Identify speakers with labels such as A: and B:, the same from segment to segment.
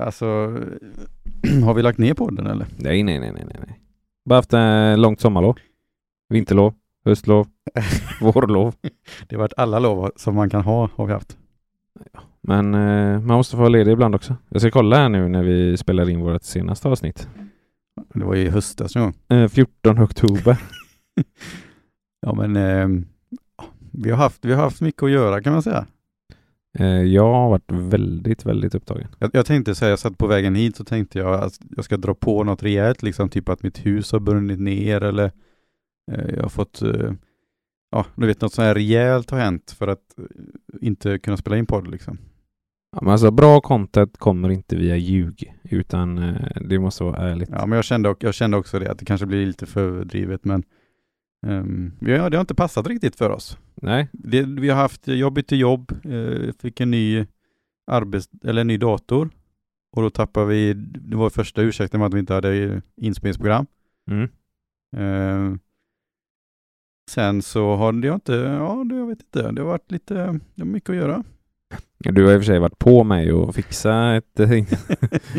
A: alltså, har vi lagt ner podden eller?
B: Nej, nej, nej, nej, nej, nej. Bara haft eh, långt sommarlov. Vinterlov, höstlov, vårlov.
A: Det har varit alla lov som man kan ha, har vi haft.
B: Men eh, man måste få vara ledig ibland också. Jag ska kolla här nu när vi spelar in vårt senaste avsnitt.
A: Det var ju i höstas någon gång.
B: Eh, 14 oktober.
A: Ja, men eh, vi, har haft, vi har haft mycket att göra kan man säga.
B: Eh, jag har varit väldigt, väldigt upptagen.
A: Jag, jag tänkte så här, jag satt på vägen hit så tänkte jag att jag ska dra på något rejält, liksom typ att mitt hus har brunnit ner eller eh, jag har fått, eh, ja, du vet något så här rejält har hänt för att eh, inte kunna spela in podd liksom.
B: Ja, men alltså bra content kommer inte via ljug, utan eh, det måste vara ärligt.
A: Ja, men jag kände, och- jag kände också det, att det kanske blir lite för överdrivet, men ehm, ja, det har inte passat riktigt för oss.
B: Nej,
A: Det, vi har haft, jag bytte jobb, eh, fick en ny, arbets, eller en ny dator och då tappade vi, det var första ursäkten med att vi inte hade inspelningsprogram.
B: mm.
A: Eh, sen så har det inte, ja det, jag vet inte, det har varit lite, det har mycket att göra.
B: du har i och för sig varit på mig och fixa ett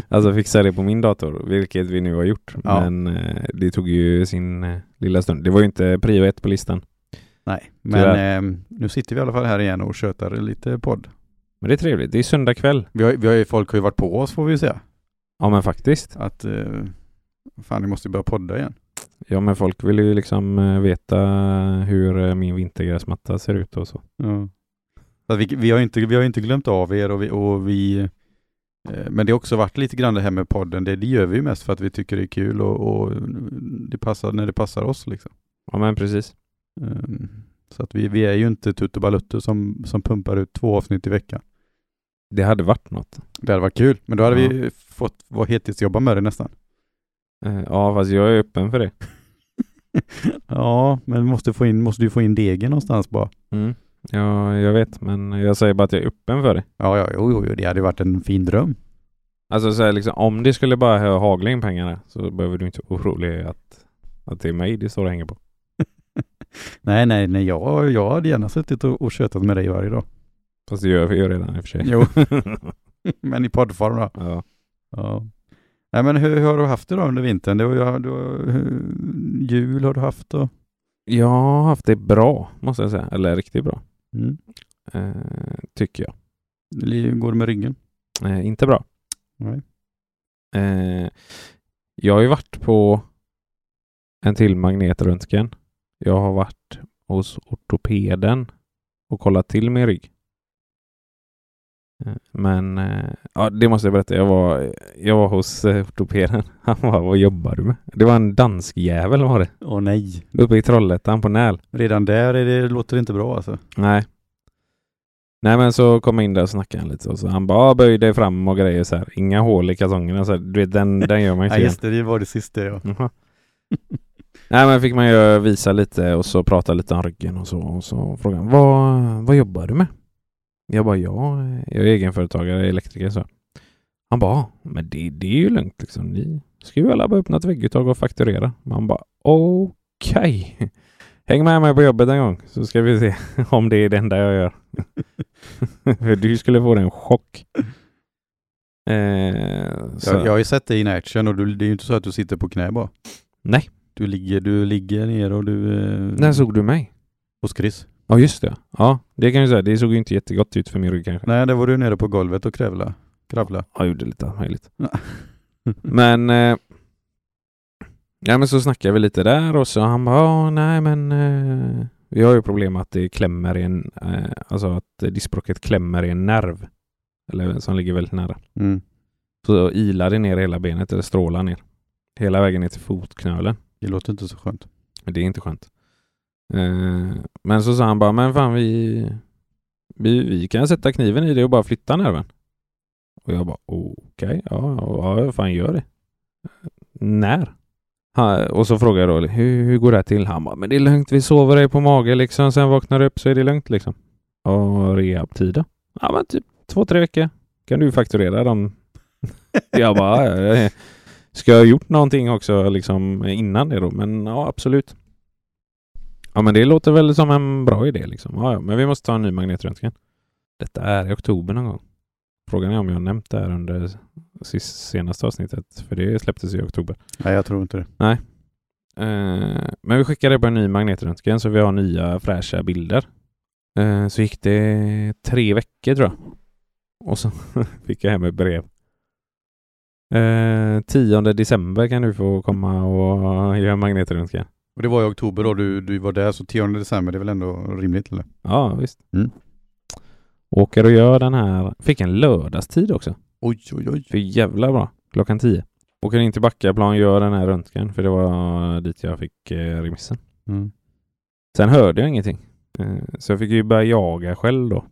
B: Alltså fixa det på min dator, vilket vi nu har gjort.
A: Ja.
B: Men eh, det tog ju sin eh, lilla stund. Det var ju inte prio ett på listan.
A: Nej, men
B: Tyvärr.
A: ehm, nu sitter vi i alla fall här igen och tjötar lite podd.
B: Men det är trevligt. Det är söndag kväll.
A: Vi har, vi har ju, folk har ju varit på oss får vi ju säga.
B: Ja men faktiskt.
A: att eh, fan, ni måste ju börja podda igen.
B: Ja men folk vill ju liksom eh, veta hur eh, min vintergräsmatta ser ut och så.
A: Så att vi, vi, har ju inte, vi har ju inte glömt av er och vi, och vi eh, men det har också varit lite grann det här med podden. Det, det gör vi ju mest för att vi tycker det är kul och, och det passar när det passar oss. Liksom.
B: Ja men precis.
A: Eh, Så att vi, vi är ju inte Tutu Baluttu som, som pumpar ut två avsnitt i veckan.
B: Det hade varit något.
A: Det hade varit kul, men då hade vi fått vara heltidsjobba med det nästan.
B: Eh, Ja fast jag är öppen för det.
A: Ja, men måste, få in, måste du få in degen någonstans bara.
B: Mm. Ja, jag vet men jag säger bara att jag är öppen för det.
A: Ja, ja, jo, jo, jo, det hade ju varit en fin dröm.
B: Alltså så här, liksom, om det skulle bara ha- hagla in pengarna så behöver du inte vara orolig att, att det är mig det står och hänger på.
A: Nej, nej, nej, jag, jag hade gärna suttit och, och tjötat med dig varje dag.
B: Fast det gör vi ju redan i och för sig.
A: Jo, men i poddform då.
B: ja.
A: Ja. Nej, men hur, hur har du haft det då under vintern? Det var, ju- du, har- jul har du haft då?
B: Jag har haft det bra, måste jag säga. Eller riktigt bra,
A: Mm.
B: eh, tycker jag.
A: Eller Går det med ryggen?
B: Eh, inte bra.
A: Nej.
B: Eh, jag har ju varit på en till magnetröntgen. Jag har varit hos ortopeden och kollat till min rygg. Eh, Men eh, ja, det måste jag berätta. Jag var, jag var hos eh, ortopeden. Han bara, vad jobbar du med? Det var en dansk jävel var det.
A: Åh nej.
B: Uppe i Trollhättan på Näl.
A: Redan där är det, låter det inte bra alltså.
B: Nej. Nej men så kom jag in där och snackade han lite och så han bara "Ah, böj dig fram och grejer så här. Inga hål i kalsongerna så här. Du vet den, den gör man ju
A: Nej,
B: inte.
A: just det, det var det sista ja.
B: igen. Jaha. Mhm. Nej men fick man ju visa lite och så prata lite om ryggen och så och så frågade han vad, vad jobbar du med? Jag bara ja, jag är egenföretagare, elektriker så. Han bara "Ah, men det, det är ju lugnt liksom. Ni ska ju alla bara öppna ett vägguttag och fakturera. Man bara okej. Häng med mig på jobbet en gång så ska vi se om det är det enda jag gör. För du skulle få en chock. Eh, så.
A: Jag, jag har ju sett dig in action och du, det är ju inte så att du sitter på knä bara.
B: Nej.
A: Du ligger, du ligger ner och du... Eh,
B: När såg du mig?
A: Hos Chris.
B: Ja just det. Ja, det kan jag säga. Det såg ju inte jättegott ut för min rygg kanske.
A: Nej, där var du nere på golvet och krävla. Kravla.
B: Ja, Jag gjorde lite allt möjligt. Men... Eh, ja men så snackade vi lite där och så han bara "Ja, nej men... Eh, vi har ju problem med att det klämmer i en... Eh, alltså att eh, diskbråcket klämmer i en nerv. Eller som ligger väldigt nära.
A: Mm.
B: Så ilar det ner hela benet eller strålar ner. Hela vägen ner till fotknölen.
A: Det låter inte så skönt.
B: Men det är inte skönt. Eh, men så sa han bara, men fan vi, vi, vi kan sätta kniven i det och bara flytta nerven. Och jag bara, okej, ja, ja, ja, fan gör det. Eh, När? Ha, och så frågade jag då, hur, hur går det här till? Han bara, men det är lugnt, vi sover dig på mage liksom, sen vaknar du upp så är det lugnt liksom. Och rehabtid då? Ja, men typ två, tre veckor. Kan du fakturera dem? jag bara, ja, ja, ja. Ska jag ha gjort någonting också liksom innan det då? Men ja, absolut. Ja, men det låter väl som en bra idé liksom. Ja, ja, men vi måste ta en ny magnetröntgen. Detta är i oktober någon gång. Frågan är om jag har nämnt det här under sist, senaste avsnittet, för det släpptes i oktober.
A: Nej, jag tror inte det.
B: Eh, men vi skickade på en ny magnetröntgen så vi har nya fräscha bilder. Eh, så gick det tre veckor tror jag. Och så fick jag hem ett brev. Eh, 10 december kan du få komma och göra magnetröntgen.
A: Och det var i oktober då du, du var där, så 10 december, det är väl ändå rimligt eller?
B: Ja, visst.
A: Mm.
B: Åker och gör den här. Fick en lördagstid också.
A: Oj, oj, oj.
B: För jävla bra. Klockan 10. Åker in till Backaplan, gör den här röntgen. För det var dit jag fick eh, remissen.
A: Mm.
B: Sen hörde jag ingenting. Eh, så jag fick ju börja jaga själv då.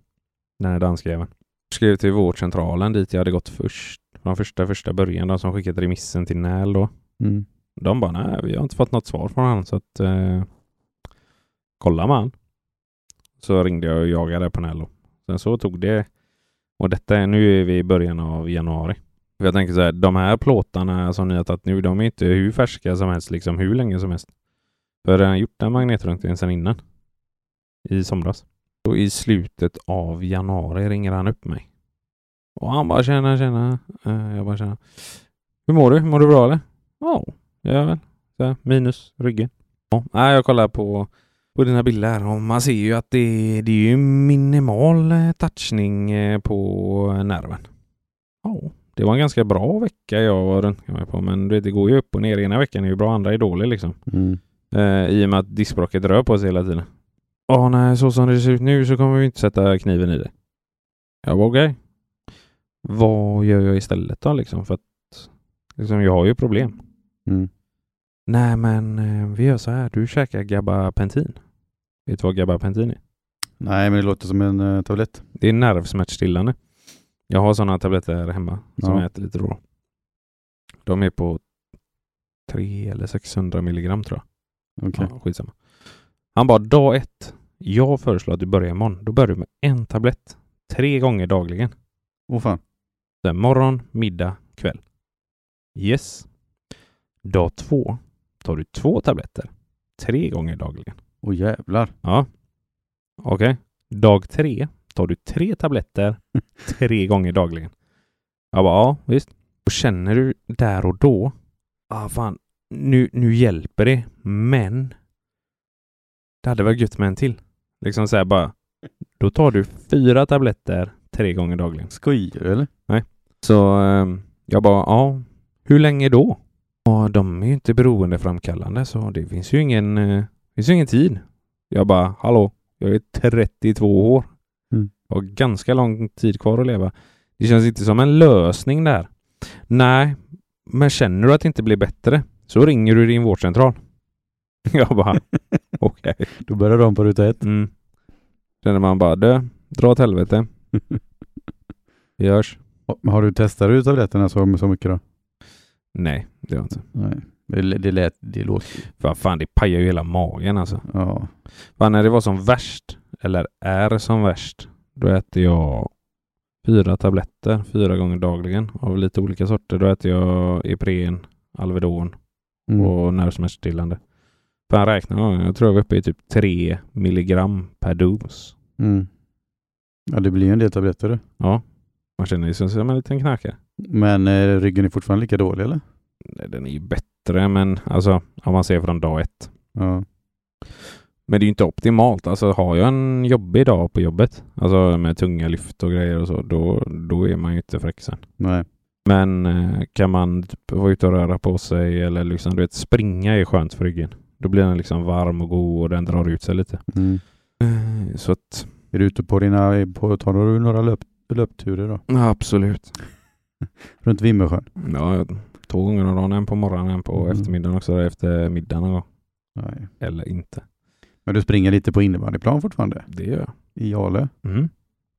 B: Den här danskjäveln. Skrev till vårdcentralen dit jag hade gått först. Från första första början. De som skickat remissen till NÄL då.
A: Mm.
B: De bara nej, vi har inte fått något svar från han så att eh, kolla med han. Så ringde jag och jagade på Nello. Sen så tog det och detta är nu är vi i början av januari. För jag tänker så här, de här plåtarna som ni har tagit nu, de är inte hur färska som helst, liksom hur länge som helst. För jag har redan gjort en magnetröntgen sedan innan. I somras. Och i slutet av januari ringer han upp mig. Och han bara tjena, tjena. Eh, Jag bara tjena. Hur mår du? Mår du bra eller? Ja, Ja, väl. Så här, minus ryggen. Ja, nej, jag kollar på, på dina bilder här och man ser ju att det, det är ju minimal eh, touchning eh, på nerven. Ja, det var en ganska bra vecka jag var röntgade mig på men du vet, det går ju upp och ner. Ena veckan är ju bra, andra är dålig liksom.
A: Mm.
B: Eh, I och med att diskbråcket rör på sig hela tiden. Ja, nej, så som det ser ut nu så kommer vi inte sätta kniven i det. Jag bara okej. Vad gör jag istället då liksom? För att liksom, jag har ju problem.
A: Mm.
B: Nej men eh, vi gör så här, du käkar gabapentin. Vet du vad gabapentin är?
A: Nej, men det låter som en eh, tablett.
B: Det är nervsmärtstillande. Jag har sådana tabletter hemma som
A: Ja.
B: jag äter lite då. De är på 3 eller 600 milligram tror jag.
A: Okej.
B: Ja, skitsamma. Han bara, dag ett. Jag föreslår att du börjar imorgon. Då börjar du med en tablett. Tre gånger dagligen.
A: Åh fan.
B: Så här, morgon, middag, kväll. Yes. Dag två tar du två tabletter. Tre gånger dagligen.
A: Åh jävlar.
B: Ja. Okej. Dag tre tar du tre tabletter tre gånger dagligen. Jag bara, ja visst. Och känner du där och då, ah fan, nu, nu hjälper det, men det hade varit gött med en till. Liksom så här bara, då tar du fyra tabletter tre gånger dagligen.
A: Skojar du eller?
B: Så ehm, jag bara, ja, hur länge då? Ja, de är ju inte beroendeframkallande så det finns ju ingen, eh, det finns ju ingen tid. Jag bara, hallå, jag är 32 år.
A: Mm.
B: Jag har ganska lång tid kvar att leva. Det känns inte som en lösning där. Nej, men känner du att det inte blir bättre så ringer du din vårdcentral. Jag bara, okej.
A: Då börjar de på ruta ett.
B: Mm. Känner man bara, du, dra åt helvete. Vi hörs.
A: Ja, men Har du testat ut tabletterna så, så mycket då?
B: Nej, det gör jag inte.
A: Nej. Det, l- det lät, det låter
B: Vad fan, det pajar ju hela magen alltså.
A: Ja.
B: Fan, när det var som värst, eller är som värst, då äter jag fyra tabletter fyra gånger dagligen av lite olika sorter. Då äter jag Ipren, Alvedon
A: Mm.
B: och nervsmärtstillande. Fan, räkna någon gång. Jag tror jag var uppe i typ tre milligram per dos.
A: Mm. Ja, det blir ju en del tabletter du.
B: Ja, man känner ju sig som en liten knarkare.
A: Men eh, ryggen är fortfarande lika dålig eller?
B: Nej, Den är ju bättre, men alltså om man ser från dag ett.
A: Ja.
B: Men det är ju inte optimalt. Alltså har jag en jobbig dag på jobbet, alltså med tunga lyft och grejer och så, då, då är man ju inte fräck sen.
A: Nej.
B: Men eh, kan man typ vara ute och röra på sig eller liksom, du vet, springa är skönt för ryggen. Då blir den liksom varm och god och den drar ut sig lite.
A: Mm.
B: Eh, Så att,
A: Är du ute på dina, eh, på, tar du några löp, löpturer då?
B: ja, absolut.
A: Runt Vimmersjön?
B: Ja, jag- två gånger om dagen, en på morgonen, en på
A: Mm.
B: eftermiddagen också, efter middagen någon gång.
A: Nej.
B: Eller inte.
A: Men du springer lite på innebandyplan fortfarande?
B: Det gör jag.
A: I Ale?
B: Mm.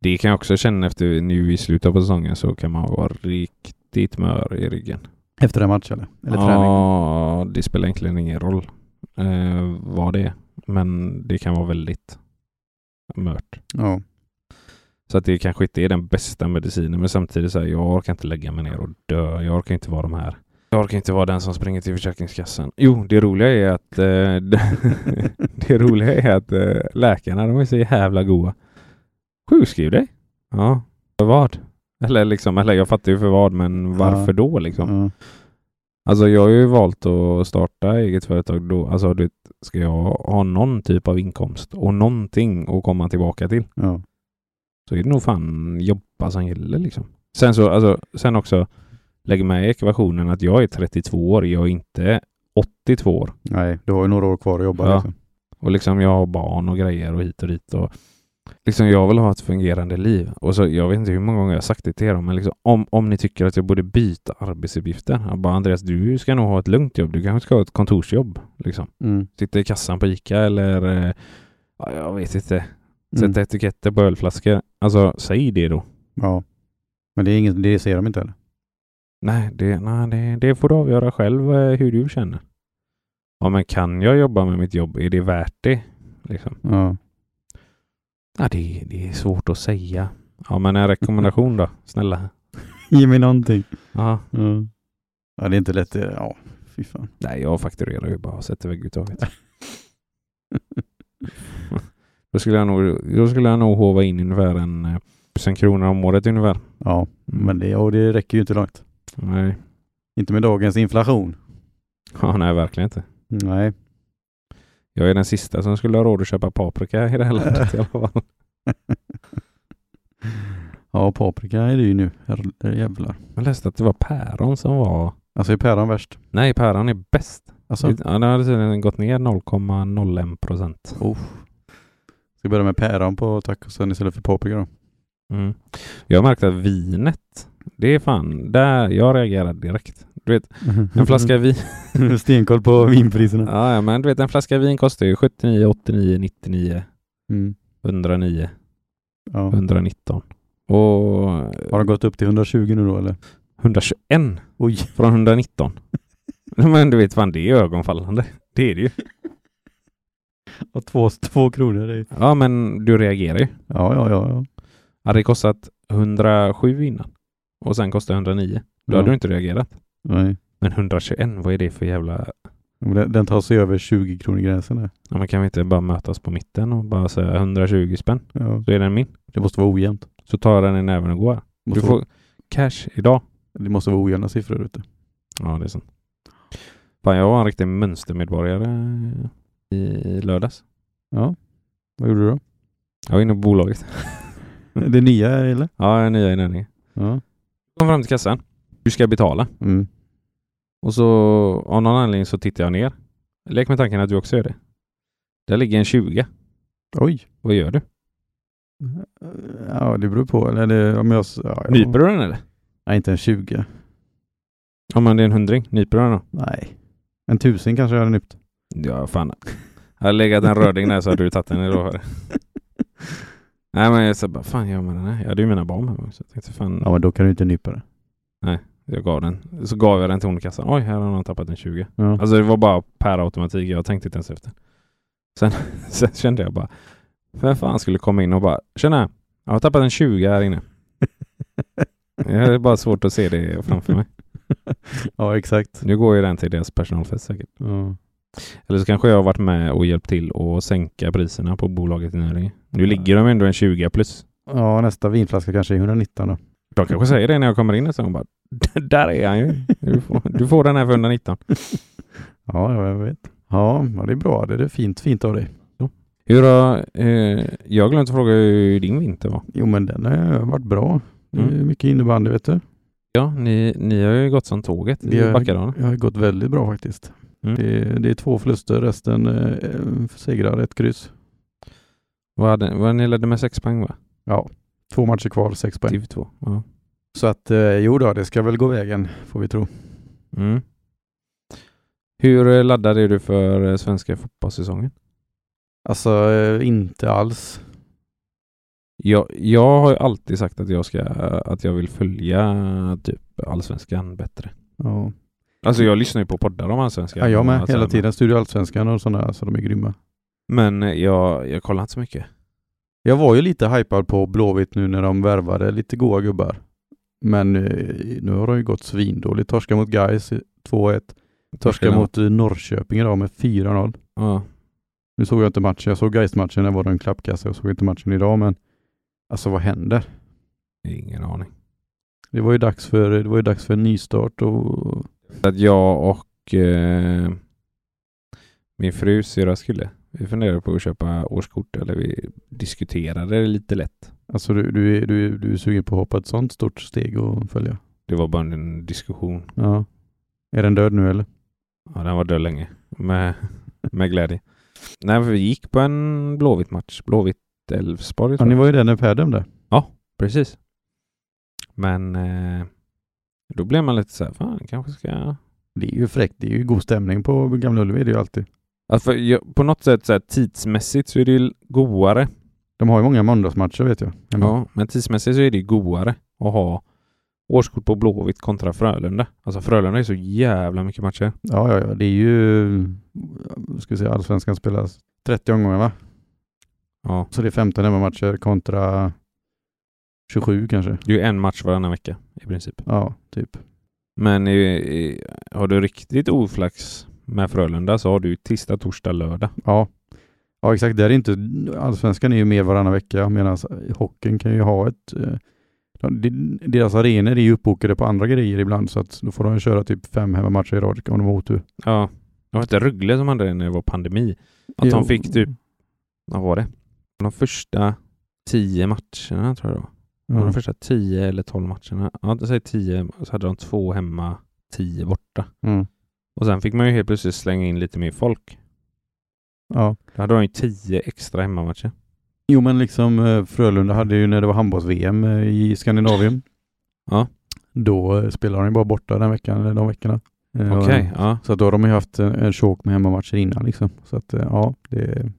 B: Det kan jag också känna efter nu i slutet av säsongen så kan man vara riktigt mör i ryggen.
A: Efter en match eller? Eller träning?
B: Ja, det spelar egentligen ingen roll eh, vad det är. Men det kan vara väldigt mört.
A: Ja.
B: Så att det kanske inte är den bästa medicinen. Men samtidigt så här, jag orkar inte lägga mig ner och dö. Jag orkar inte vara de här. Jag orkar inte vara den som springer till Försäkringskassan. Jo, det roliga är att eh, det, det roliga är att eh, läkarna, de är så jävla goa. Sjukskriv dig. Ja. För vad? Eller liksom, eller jag fattar ju för vad, men varför då liksom?
A: Ja.
B: Alltså jag har ju valt att starta eget företag då. Alltså du vet, ska jag ha någon typ av inkomst och någonting att komma tillbaka till
A: Ja.
B: så är det nog fan jobba som gäller liksom. Sen så, alltså, sen också lägg med i ekvationen att jag är 32 år, jag är inte 82 år.
A: Nej, du har ju några år kvar att jobba.
B: Ja.
A: Liksom.
B: Och liksom jag har barn och grejer och hit och dit. Och liksom jag vill ha ett fungerande liv. Och så, jag vet inte hur många gånger jag har sagt det till er, men liksom, om, om ni tycker att jag borde byta arbetsuppgifter. Jag bara Andreas, du ska nog ha ett lugnt jobb. Du kanske ska ha ett kontorsjobb. Liksom.
A: Mm.
B: Sitta i kassan på Ica eller eh, ja, jag vet inte. Sätta
A: Mm.
B: etiketter på ölflaskor. Alltså, säg det då.
A: Ja. Men det, är inget, det ser de inte heller.
B: Nej, det, nej det, det får du avgöra själv eh, hur du känner. Ja, men kan jag jobba med mitt jobb? Är det värt det? Liksom.
A: Ja.
B: Ja, det, det är svårt att säga. Ja, men en rekommendation då? Snälla.
A: Ge mig någonting.
B: Ja.
A: Ja. ja, det är inte lätt. det- Ja, fy fan.
B: Nej, jag fakturerar ju bara och sätter iväg uttaget. då, skulle jag nog, då skulle jag nog hova in ungefär en eh, tusen kronor om året ungefär.
A: Ja, men det, och det räcker ju inte långt.
B: Nej.
A: Inte med dagens inflation.
B: Ja, nej, verkligen inte.
A: Nej.
B: Jag är den sista som skulle ha råd att köpa paprika i det här landet i alla fall.
A: Ja, paprika är det ju nu. Herre jävlar.
B: Jag läste att det var päron som var...
A: Alltså är päron värst?
B: Nej, päron är bäst.
A: Alltså,
B: Ja, den hade tydligen gått ner 0,01 procent.
A: oh. Ska vi börja med päron på tacosen istället för paprika då?
B: Mm. Jag har märkt att vinet, det är fan, där jag reagerar direkt. Du vet, en flaska vin,
A: Stenkoll på vinpriserna.
B: ja, ja, men du vet, en flaska vin kostar ju 79, 89, 99,
A: Mm.
B: 109,
A: Ja.
B: 119 och
A: Har de gått upp till 120 nu då eller?
B: 121
A: Oj.
B: från 119. Men du vet fan, det är ögonfallande. Det är det ju.
A: Och två, två kronor. Det.
B: Ja, men du reagerar ju.
A: Ja, ja, ja. ja.
B: Hade det kostat 107 innan och sen kostar 109, då hade
A: Ja.
B: du inte reagerat.
A: Nej.
B: Men 121, vad är det för jävla...
A: Men Den, den tar sig över 20 kronor gränsen där.
B: Ja, men kan vi inte bara mötas på mitten och bara säga 120 spänn?
A: Ja.
B: Då är den min.
A: Det måste vara ojämnt.
B: Så tar jag den i näven och går. Du
A: Måste vara-
B: får cash idag.
A: Det måste vara ojämna siffror ute.
B: Ja, det är sant. Fan, jag var en riktig mönstermedborgare i lördags.
A: Ja. Vad gjorde du då?
B: Jag var inne på bolaget.
A: Det nya eller?
B: Ja, jag är nya i Nödinge.
A: Ja.
B: Kom fram till kassan. Du ska betala.
A: Mm.
B: Och så av någon anledning så tittar jag ner. Lek med tanken att du också gör det. Där ligger en 20.
A: Oj.
B: Vad gör du?
A: Ja, det beror på. Eller det, om jag... s- Ja, ja.
B: Nyper du den eller?
A: Nej, inte en 20.
B: Ja, men det är en hundring. Nyper du den då?
A: Nej. En tusen kanske jag hade nypt.
B: Ja, fan. Hade legat en röding där så hade du tagit den, jag lovar. Nej men jag sa bara, fan gör man den här? Jag hade ju mina barn med mig också. Jag tänkte, fan,
A: Ja, men då kan du inte nypa det.
B: jag gav den. Så gav jag den till hon i kassan. Oj, här har någon tappat en 20.
A: Ja.
B: Alltså det var bara per automatik. Jag tänkte inte ens efter. Sen, sen kände jag bara, vem fan skulle komma in och bara, tjena, jag har tappat en 20 här inne. Jag hade bara svårt att se det framför mig.
A: ja, exakt.
B: Nu går ju den till deras personalfest säkert.
A: Ja.
B: Eller så kanske jag har varit med och hjälpt till att sänka priserna på bolaget i Nöringe. Nu ligger de ändå en 20 plus.
A: ja, nästa vinflaska kanske är 119 då.
B: De kanske säger det när jag kommer in och så de bara Där är han ju. Du får, du får den här för 119.
A: Ja, ja, jag vet. Ja, ja, det är bra. Det är fint, fint av dig.
B: Hur har, eh, jag glömde fråga hur din vinter var.
A: Jo, men den har varit bra. Det är
B: Mm.
A: mycket innebandy, vet du.
B: Ja, ni, ni har ju gått som tåget
A: Vi
B: i
A: har-
B: Backadalen.
A: Det har gått väldigt bra faktiskt.
B: Mm.
A: Det, det är två förluster, resten eh, segrar, ett kryss.
B: Vad, hade, vad ni ledde med sex poäng va?
A: Ja, två matcher kvar, sex poäng.
B: Div 2. Ja.
A: Så att eh, jo då, det ska väl gå vägen får vi tro.
B: Mm. Hur eh, laddad är du för eh, svenska fotbollssäsongen?
A: Alltså eh, inte alls.
B: Jag, jag har ju alltid sagt att jag, ska, att jag vill följa typ allsvenskan bättre.
A: Ja,
B: Alltså jag lyssnar ju på poddar om allsvenskan.
A: ja jag med
B: Alltså,
A: hela tiden. Studio Allsvenskan och sådana, så de är grymma.
B: Men eh, jag, jag kollar inte så mycket.
A: Jag var ju lite hypad på Blåvitt nu när de värvade lite goa gubbar. Men eh, nu har de ju gått svindåligt. Torska mot Gais 2-1. Torska mot eh, Norrköping idag med 4-0.
B: Ja.
A: Nu såg jag inte matchen. Jag såg Gais-matchen, där var det en klappkasse. Jag såg inte matchen idag, men alltså vad händer?
B: Ingen aning.
A: Det var ju dags för, det var ju dags för en nystart och
B: Att jag och eh, min fru syrra skulle. Vi funderade på att köpa årskort eller vi diskuterade det lite lätt.
A: alltså du, du, är- du, är- du är sugen på att hoppa ett sånt stort steg och följa.
B: Det var bara en diskussion.
A: Ja. Är den död nu eller?
B: Ja, den var död länge. Med, med glädje. Nej, för vi gick på en Blåvitt-match. Blåvitt-Elfsborg
A: Ja,
B: tror
A: ni
B: jag.
A: var ju där när Per dömde.
B: Precis. Men eh, då blev man lite så här, fan kanske ska jag...
A: Det är ju fräckt. Det är ju god stämning på Gamla Ullevi. Det är ju alltid.
B: Alltså, för jag på något sätt så här, tidsmässigt så är det ju goare.
A: De har ju många måndagsmatcher vet jag.
B: Ja, men tidsmässigt så är det ju goare att ha årskort på Blåvitt kontra Frölunda. Alltså Frölunda är så jävla mycket matcher.
A: Ja, ja, ja. Det är ju, vad ska vi säga, allsvenskan spelas 30 omgångar va?
B: Ja,
A: Så det är 15 hemmamatcher kontra 27 kanske.
B: det är ju en match varannan vecka i princip.
A: Ja, typ.
B: Men i, i, har du riktigt oflax med Frölunda så har du ju tisdag, torsdag, lördag.
A: Ja, ja exakt. Det är inte, allsvenskan är ju med varannan vecka medan hockeyn kan ju ha ett... eh, de- de- Deras arenor är ju uppbokade på andra grejer ibland så att då får de köra typ fem hemmamatcher i rad om de har otur.
B: Ja, det var inte Rögle som hade det när det var pandemi. Att de
A: Jo.
B: fick typ vad var det? De första tio matcherna tror jag det var.
A: Ja.
B: De första tio eller tolv matcherna. Ja, säg tio, så hade de två hemma, tio borta.
A: Mm.
B: Och sen fick man ju helt plötsligt slänga in lite mer folk.
A: ja.
B: Då hade de ju tio extra hemmamatcher.
A: Jo men liksom eh, Frölunda hade ju när det var handbolls-VM eh, i Skandinavien.
B: Ja.
A: Då eh, spelade de ju bara borta den veckan eller de veckorna. Eh,
B: Okej,
A: och-
B: Mm. ja.
A: Så att då har de ju haft en en chock med hemmamatcher innan liksom. Så att eh, ja, det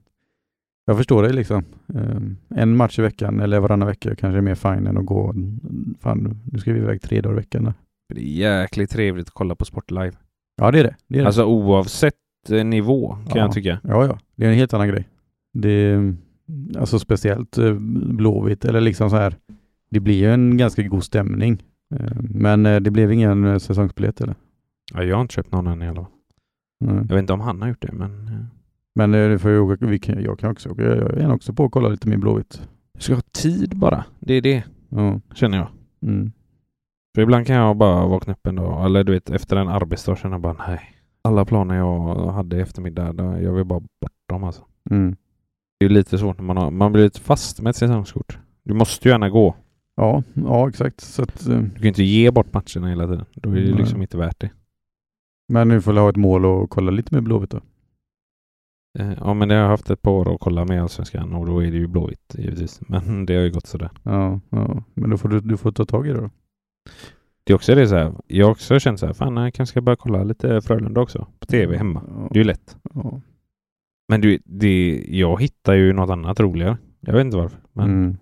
A: jag förstår det liksom. Eh, En match i veckan eller varannan vecka kanske är mer fine än att gå, mm, fan nu ska vi iväg tre dagar i veckan. då.
B: Det är jäkligt trevligt att kolla på sport live.
A: Ja det är det. det, är det.
B: Alltså oavsett eh, nivå kan
A: Ja.
B: jag tycka.
A: ja ja, det är en helt annan grej. Det, alltså speciellt eh, Blåvitt eller liksom så här, det blir ju en ganska god stämning. Eh, Men eh, det blev ingen eh, säsongsbiljett eller?
B: Ja, jag har inte köpt någon än i alla fall.
A: Nej.
B: Jag vet inte om han har gjort det, men eh,
A: Men eh, det får jag, åka- vi kan, jag kan också åka, jag är gärna också på och kolla lite mer Blåvitt.
B: jag ska ha tid bara. Det är det,
A: Ja.
B: känner jag.
A: Mm.
B: För ibland kan jag bara vakna upp en dag, eller du vet efter en arbetsdag känner jag bara nej. Alla planer jag hade i eftermiddag, då- jag vill bara bort dem alltså.
A: Mm.
B: Det är lite svårt när man har, man blir lite fast med ett säsongskort. Du måste ju gärna gå.
A: Ja, ja exakt. Så att, eh,
B: Du kan ju inte ge bort matcherna hela tiden. Då är det ju
A: Nej.
B: liksom inte värt det.
A: men nu får vi ha ett mål och kolla lite med Blåvitt då.
B: Eh, Ja men det har jag haft ett par år att kolla med Allsvenskan och då är det ju Blåvitt givetvis. Men det har ju gått sådär.
A: Ja, ja. men då får du, du får ta tag i det då.
B: Det är också det så här. Jag har också känt så här, fan jag kanske ska börja kolla lite Frölunda också. På TV hemma.
A: Ja,
B: Det är ju lätt.
A: ja.
B: Men du, det, jag hittar ju något annat roligare. Jag vet inte varför. Men
A: Mm.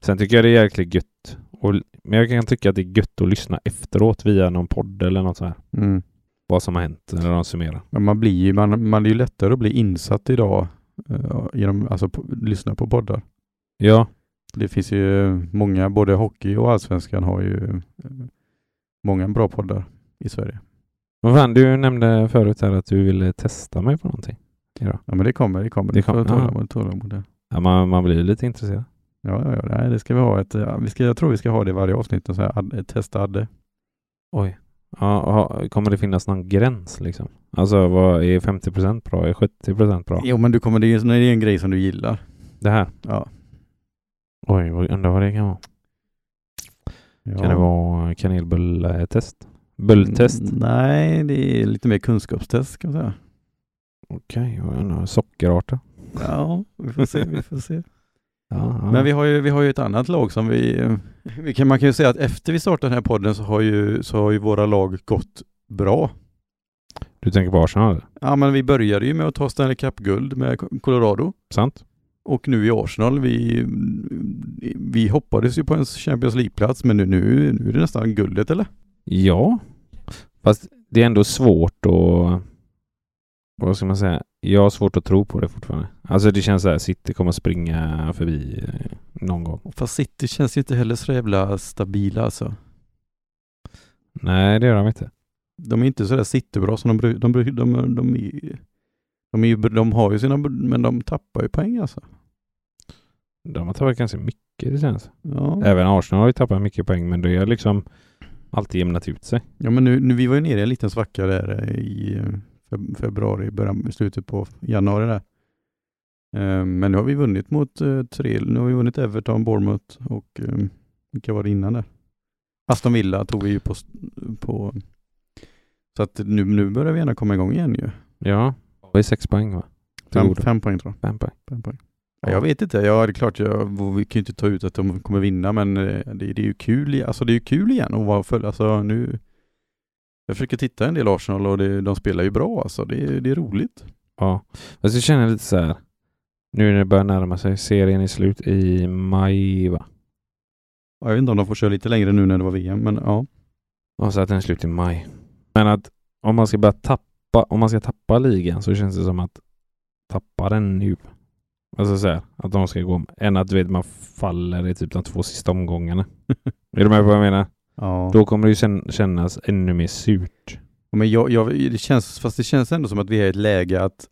B: Sen tycker jag det är jäkligt gött. Och, men jag kan tycka att det är gött att lyssna efteråt via någon podd eller något så här.
A: Mm.
B: Vad som har hänt när de summerar.
A: Men man blir ju, man, man är ju lättare att bli insatt idag eh, genom att alltså, p- lyssna på poddar.
B: Ja,
A: Det finns ju många, både hockey och allsvenskan har ju eh, många bra poddar i Sverige.
B: vad fan du nämnde förut här att du ville testa mig på någonting.
A: Ja men det kommer, det kommer.
B: Det
A: Du får
B: kommer,
A: tåla-
B: ja.
A: tålamod, där.
B: Ja, man, man blir ju lite intresserad.
A: Ja, ja, ja. Nej, det ska vi ha. Ett, ja, vi ska, jag tror vi ska ha det i varje avsnitt. Och så här, ad, ett testa Adde.
B: Oj. Ja, ha- kommer det finnas någon gräns liksom? Alltså vad är 50% bra? Är 70% bra?
A: Jo men du kommer, det är ju det är ju en grej som du gillar.
B: Det här?
A: Ja.
B: Oj, vad- undrar vad det kan vara.
A: Ja.
B: Kan det vara kanelbulletest? Bulltest?
A: Mm, Nej, det är lite mer kunskapstest kan man säga.
B: Okej, jag undrar. Sockerarter?
A: Ja, vi får se. Vi får se.
B: Ja, ja.
A: Men vi har, ju, vi har ju ett annat lag som vi... eh, vi kan, man kan ju säga att efter vi startade den här podden så har ju, så har ju våra lag gått bra.
B: Du tänker på Arsenal?
A: Ja, men vi började ju med att ta Stanley Cup-guld med Colorado
B: Sant?
A: och nu i Arsenal, vi, vi hoppades ju på en Champions League-plats men nu, nu, nu är det nästan guldet eller?
B: Ja, fast det är ändå svårt att... Vad ska man säga? Jag har svårt att tro på det fortfarande. Alltså det känns så här, City kommer springa förbi eh, någon gång.
A: Fast City känns ju inte heller så jävla stabila alltså.
B: Nej, det gör de inte.
A: de är inte sådär sitterbra som de brukar. De, bru- de, de, de, är ju- de, är ju- de har ju sina, men de tappar ju poäng alltså.
B: De har tappat ganska mycket det känns.
A: Ja, Mm.
B: Även Arsenal har ju tappat mycket poäng men det är liksom... alltid jämnat ut sig.
A: Ja men nu, nu, vi var ju nere i en liten svacka där i eh, feb- februari, början, slutet på januari där. Eh, Men nu har vi vunnit mot eh, tre, nu har vi vunnit Everton, Bournemouth och eh, vilka var det innan där? Aston Villa tog vi ju på, på så att nu, nu börjar vi gärna komma igång igen ju.
B: Ja, det är sex poäng va?
A: Fem,
B: Tillgodo.
A: fem poäng tror jag.
B: Fem poäng.
A: Fem poäng. Ja, jag vet inte, ja det är klart, jag, vi kan ju inte ta ut att de kommer vinna men eh, det, det är ju kul, i- alltså det är ju kul igen och vara full, alltså nu Jag försöker titta en del Arsenal och det, de spelar ju bra alltså, det, är- det är roligt.
B: Ja, fast jag känner lite så här. Nu när det börjar närma sig. Serien är slut i maj va?
A: Ja, Jag vet inte om de får köra lite längre nu när det var VM men ja.
B: Och så att den är slut i maj. Men att om man ska börja tappa, om man ska tappa ligan så känns det som att tappa den nu. Alltså så här, att de ska gå, än att du vet, man faller i typ de två sista omgångarna. är du med på vad jag menar?
A: ja.
B: Då kommer det ju kän- kännas ännu mer surt.
A: Men jag, jag, det känns, fast det känns ändå som att vi är i ett läge att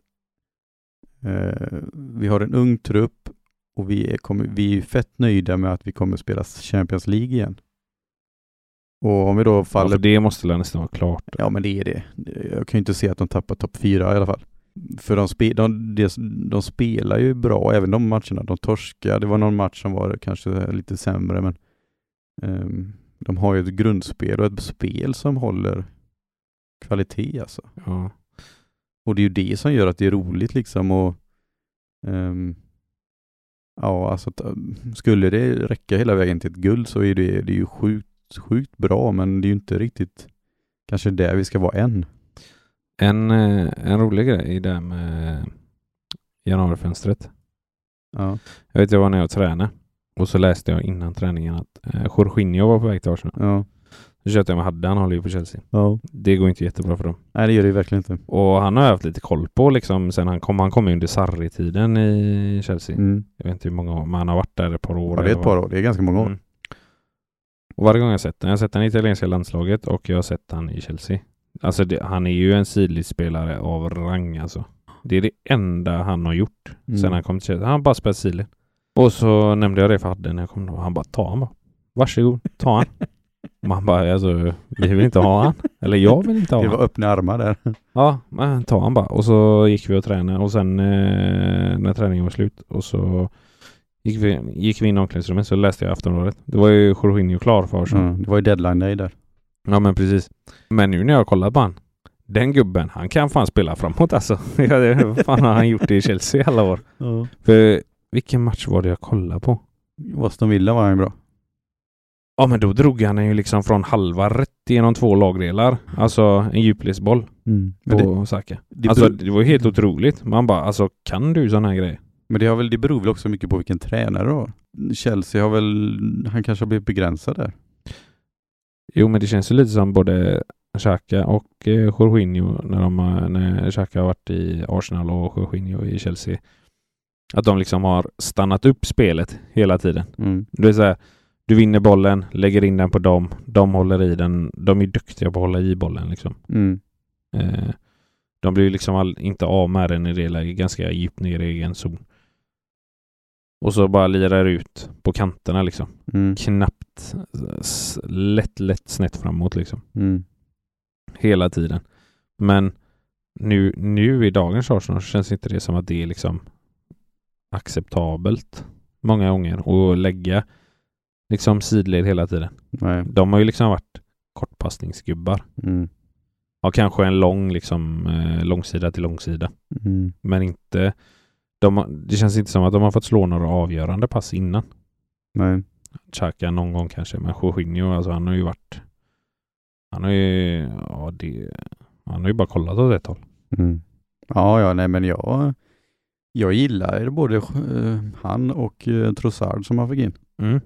A: eh, vi har en ung trupp och vi är, kommer, vi är ju fett nöjda med att vi kommer spela Champions League igen. Och om vi då
B: Ja,
A: faller
B: för det måste väl nästan vara klart.
A: Ja men det är det. Jag kan ju inte se att de tappar topp fyra i alla fall. För de, spe, de, de, de spelar ju bra, även de matcherna. De torskar. Det var någon match som var kanske lite sämre men ehm, de har ju ett grundspel och ett spel som håller kvalitet alltså.
B: Ja.
A: Och det är ju det som gör att det är roligt liksom och ehm, ja alltså att, um, skulle det räcka hela vägen till ett guld så är det, det är ju sjukt, sjukt bra men det är ju inte riktigt kanske där vi ska vara än.
B: En, eh, en rolig grej är det här med januarifönstret.
A: Ja,
B: Jag vet jag var när jag tränade och så läste jag innan träningen att eh, Jorginho var på väg till Arsenal.
A: ja,
B: Så köpte jag med Hadde, han håller ju på Chelsea.
A: ja.
B: Det går inte jättebra för dem.
A: Nej det gör det ju verkligen inte.
B: Och han har jag haft lite koll på liksom sen han kom. Han kom ju under Sarri-tiden i Chelsea.
A: Mm.
B: Jag vet inte hur många år, men han har varit där ett par år.
A: Ja det är
B: eller
A: ett
B: vad.
A: par år, det är ganska många år.
B: Mm. Och varje gång jag har sett den, jag har sett den i italienska landslaget och jag har sett han i Chelsea. Alltså det, han är ju en sidledsspelare av rang alltså. Det är det enda han har gjort
A: Mm.
B: sen han kom till Chelsea. Han har bara spelat sidled. Och så nämnde jag det för Hadde när jag kom och han bara ta han bara. Varsågod, ta han. Man bara alltså, vi vill inte ha han. Eller jag vill inte ha
A: Det
B: han.
A: var öppna armar där.
B: Ja, men ta han bara. Och så gick vi och tränade och sen eh, när träningen var slut och så gick vi, gick vi in i omklädningsrummet så läste jag Aftonbladet. Det var ju Jorginho klar för oss.
A: Mm. Det var ju deadline day där.
B: Ja men precis. Men nu när jag kollar på han. Den gubben, han kan fan spela framåt alltså. Ja, det, vad fan har han gjort i Chelsea alla år?
A: Ja.
B: För vilken match var det jag kollade på?
A: Aston Villa var han ju bra.
B: Ja men då drog han den ju liksom från halva rätt igenom två lagdelar. Alltså en djupledsboll
A: Men, det,
B: på Saka.
A: det
B: Mm. Alltså
A: beror,
B: det var ju helt otroligt. Man bara alltså kan du sådana här grejer?
A: men det, har väl, det beror väl också mycket på vilken tränare då. Chelsea har väl, han kanske har blivit begränsad där.
B: Jo, men det känns ju lite som både Xhaka och eh, Jorginho när, de, har- när Xhaka har varit i Arsenal och Jorginho i Chelsea. Att de liksom har stannat upp spelet hela tiden. Det är så här, du vinner bollen, lägger in den på dem, de håller i den. De är duktiga på att hålla i bollen liksom.
A: Mm.
B: Eh, de blir ju liksom all, inte av med den i det läget, ganska djupt ner i egen zon. Och så bara lirar ut på kanterna liksom.
A: Mm.
B: Knappt s- lätt, lätt snett framåt liksom.
A: Mm.
B: hela tiden. Men nu, nu i dagens Arsenal så känns inte det som att det är liksom acceptabelt många gånger och lägga liksom sidled hela tiden.
A: Nej.
B: De har ju liksom varit kortpassningsgubbar.
A: Mm.
B: Ja, kanske en lång liksom eh, långsida till långsida,
A: Mm.
B: men inte. De, har- det känns inte som att de har fått slå några avgörande pass innan.
A: Nej.
B: Xhaka någon gång kanske, men Jorginho, alltså han har ju varit. Han har ju, ja det, han har ju bara kollat åt ett håll.
A: Mm. Ja, ja, nej men jag, jag gillar både eh, han och eh, Trossard som han fick in.
B: Mm.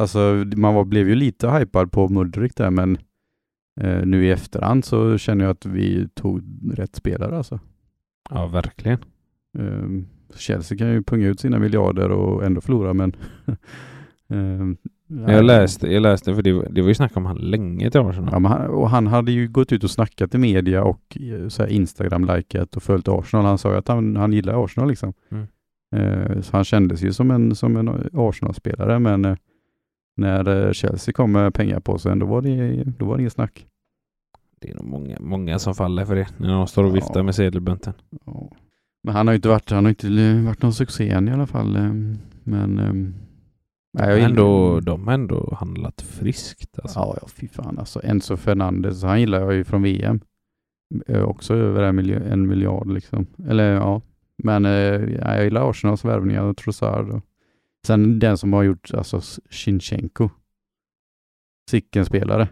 A: Alltså man var, blev ju lite hypad på Mudryk där men eh, nu i efterhand så känner jag att vi tog rätt spelare alltså.
B: Ja, verkligen.
A: Eh, Chelsea kan ju punga ut sina miljarder och ändå förlora men eh, nej.
B: Jag läste, jag läste för det, var- det var ju snack om han länge till Arsenal.
A: Ja, men han, och han hade ju gått ut och snackat i media och eh, så här Instagram-likat och följt Arsenal. Han sa ju att han, han gillar Arsenal liksom.
B: Mm.
A: Eh, så han kändes ju som en, som en Arsenal-spelare men eh, när eh, Chelsea kom med pengapåsen, då var det, då var det inget snack.
B: Det är nog många, många som faller för det när de står och viftar
A: Ja.
B: med sedelbunten.
A: Ja. Men han har ju inte varit, han har inte varit någon succé än i alla fall. eh, Men... eh, Nej, jag gillar-
B: Men ändå, de har ändå handlat friskt. Alltså.
A: Ja, ja, fy fan alltså. Enzo Fernandes, han gillar jag ju från VM. Eh, Också över en, miljö, en miljard liksom. Eller ja. Men eh, ja, jag gillar Arsenals värvningar och Trossard. Och. Sen den som har gjort, alltså Shinchenko. Sicken spelare.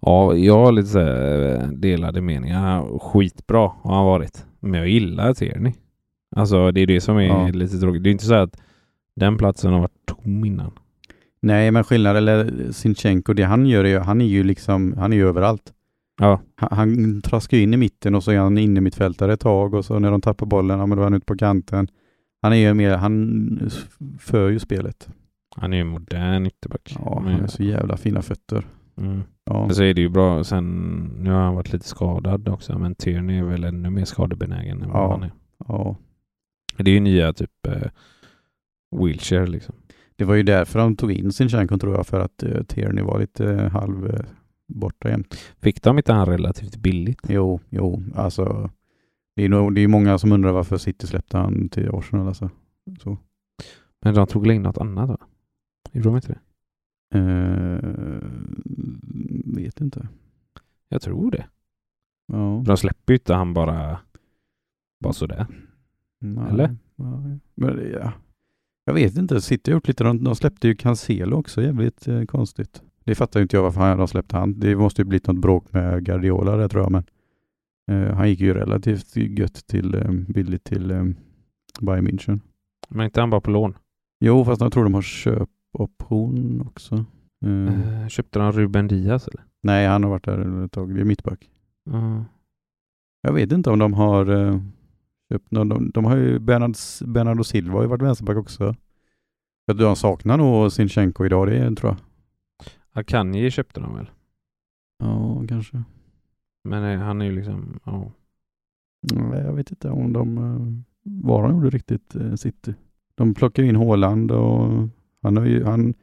B: Ja, jag har lite så här eh, delade meningar. Han- Skitbra har han varit. Men jag gillar Tierney. Alltså det är det som är
A: Ja.
B: lite tråkigt. Det är inte så här att den platsen har varit tom innan.
A: Nej, men skillnad, eller Sinchenko, det han gör är ju, han är ju liksom, han är ju överallt.
B: Ja.
A: Han, han traskar ju in i mitten och så är han inne mittfältare ett tag och så när de tappar bollen, ja men då är han ute på kanten. Han är ju mer, han f- för ju spelet.
B: Han är ju en modern ytterback.
A: Ja, han
B: men,
A: har så jävla fina fötter.
B: mm.
A: Ja,
B: men så är det ju bra. Sen, nu har han varit lite skadad också. Men Tierney är väl ännu mer skadebenägen än
A: Ja.
B: vad han är.
A: ja.
B: Det är ju nya typ eh, wheelchair liksom.
A: Det var ju därför de tog in sin Shanko tror jag, för att eh, Tierney var lite eh, halv eh, borta jämt.
B: Fick de inte han relativt billigt?
A: Jo, jo, alltså. Det är nog, det är många som undrar varför City släppte han till Arsenal alltså. Så.
B: Men de tog väl in något annat va? Gjorde de inte det?
A: Eh, vet inte.
B: Jag tror det.
A: Ja.
B: De släpper ju inte han bara, bara sådär.
A: Nej.
B: Eller?
A: Nej. Men ja. Jag vet inte, City har gjort lite, de, de släppte ju Cancelo också, jävligt eh, konstigt. Det fattar ju inte jag varför han, de släppte han. Det måste ju blivit något bråk med Guardiola där tror jag, men eh, han gick ju relativt gött till, eh, billigt till eh, Bayern München.
B: Men inte han bara på lån.
A: Jo, fast jag tror de har köpoption också. Eh,
B: Eh, köpte de Ruben Diaz eller?
A: Nej, han har varit där ett tag. Det är mittback.
B: Ja.
A: Jag vet inte om de har eh, köpt någon. De, de har ju Bernard, Bernardo Silva har ju varit vänsterback också. Jag tror han saknar nog Sinchenko idag, det tror jag.
B: Akanji köpte de väl?
A: Ja, kanske.
B: Men eh, han är ju liksom, ja.
A: Mm, Nej, jag vet inte om de, eh, vad de gjorde riktigt eh, City. De plockar ju in Haaland och han har ju, han,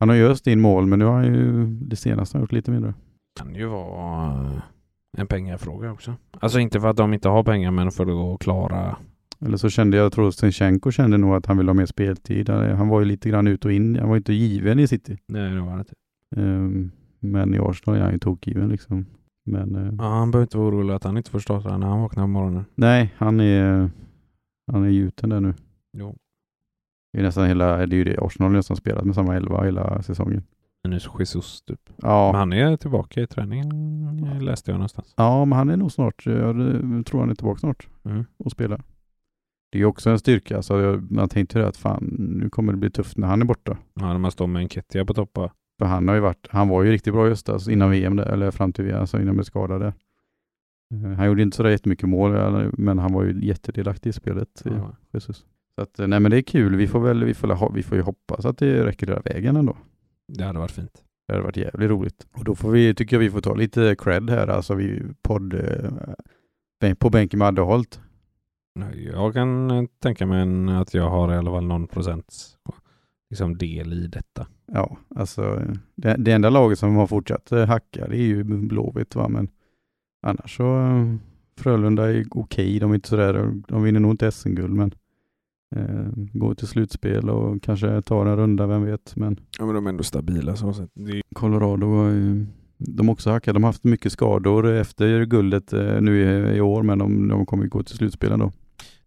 A: han har ju öst in mål, men nu har han ju det senaste han gjort lite mindre.
B: Kan ju vara eh, en pengafråga också. Alltså inte för att de inte har pengar men för att klara.
A: Eller så kände jag, jag tror Sinchenko kände nog att han ville ha mer speltid. Han han var ju lite grann ut och in. Han var ju inte given i City.
B: Nej det var det inte.
A: Ehm, men i Arsenal är han ju tokgiven liksom. Men eh,
B: Ja, han behöver inte vara orolig att han inte får starta när han vaknar på morgonen.
A: nej, han är, han är gjuten där nu.
B: Jo.
A: Det är nästan hela, det är ju det, Arsenal har nästan spelat med samma elva hela säsongen.
B: Minus Jesus typ. Men
A: Ja,
B: han är tillbaka i träningen läste jag någonstans.
A: ja men han är nog snart, eh, jag tror han är tillbaka snart
B: Mm.
A: och spelar. Det är ju också en styrka, alltså, jag, man tänkte ju det att fan, nu kommer det bli tufft när han är borta.
B: Ja, när man står med en Kettia på toppa.
A: För han har ju varit, han var ju riktigt bra i höstas innan VM, där, eller fram till VM, alltså innan han blev skadad där. Eh, Han gjorde inte sådär jättemycket mål, men han var ju jättedelaktig i spelet. i
B: Ja.
A: Jesus. Så att, nej men det är kul. Vi får väl, vi får, la- vi får ju hoppas att det räcker hela vägen ändå.
B: Det hade varit fint.
A: Det hade varit jävligt roligt. Och då får vi, tycker jag vi får ta lite cred här, alltså vi podd, eh, bän- på bänken med Addeholt.
B: Nej, Jag kan eh, tänka mig en, att jag har i alla fall någon procents liksom, del i detta.
A: Ja, alltså eh, det, det enda laget som har fortsatt eh, hacka det är ju Blåvitt va, men annars så eh, Frölunda är okej, de är inte sådär, de vinner nog inte SM-guld men eh, går till slutspel och kanske tar en runda, vem vet, men
B: Ja, men de är ändå stabila så sett.
A: Colorado har ju, de har också hackat. De har haft mycket skador efter guldet eh, nu i, i år, men de, de kommer ju gå till slutspelen då.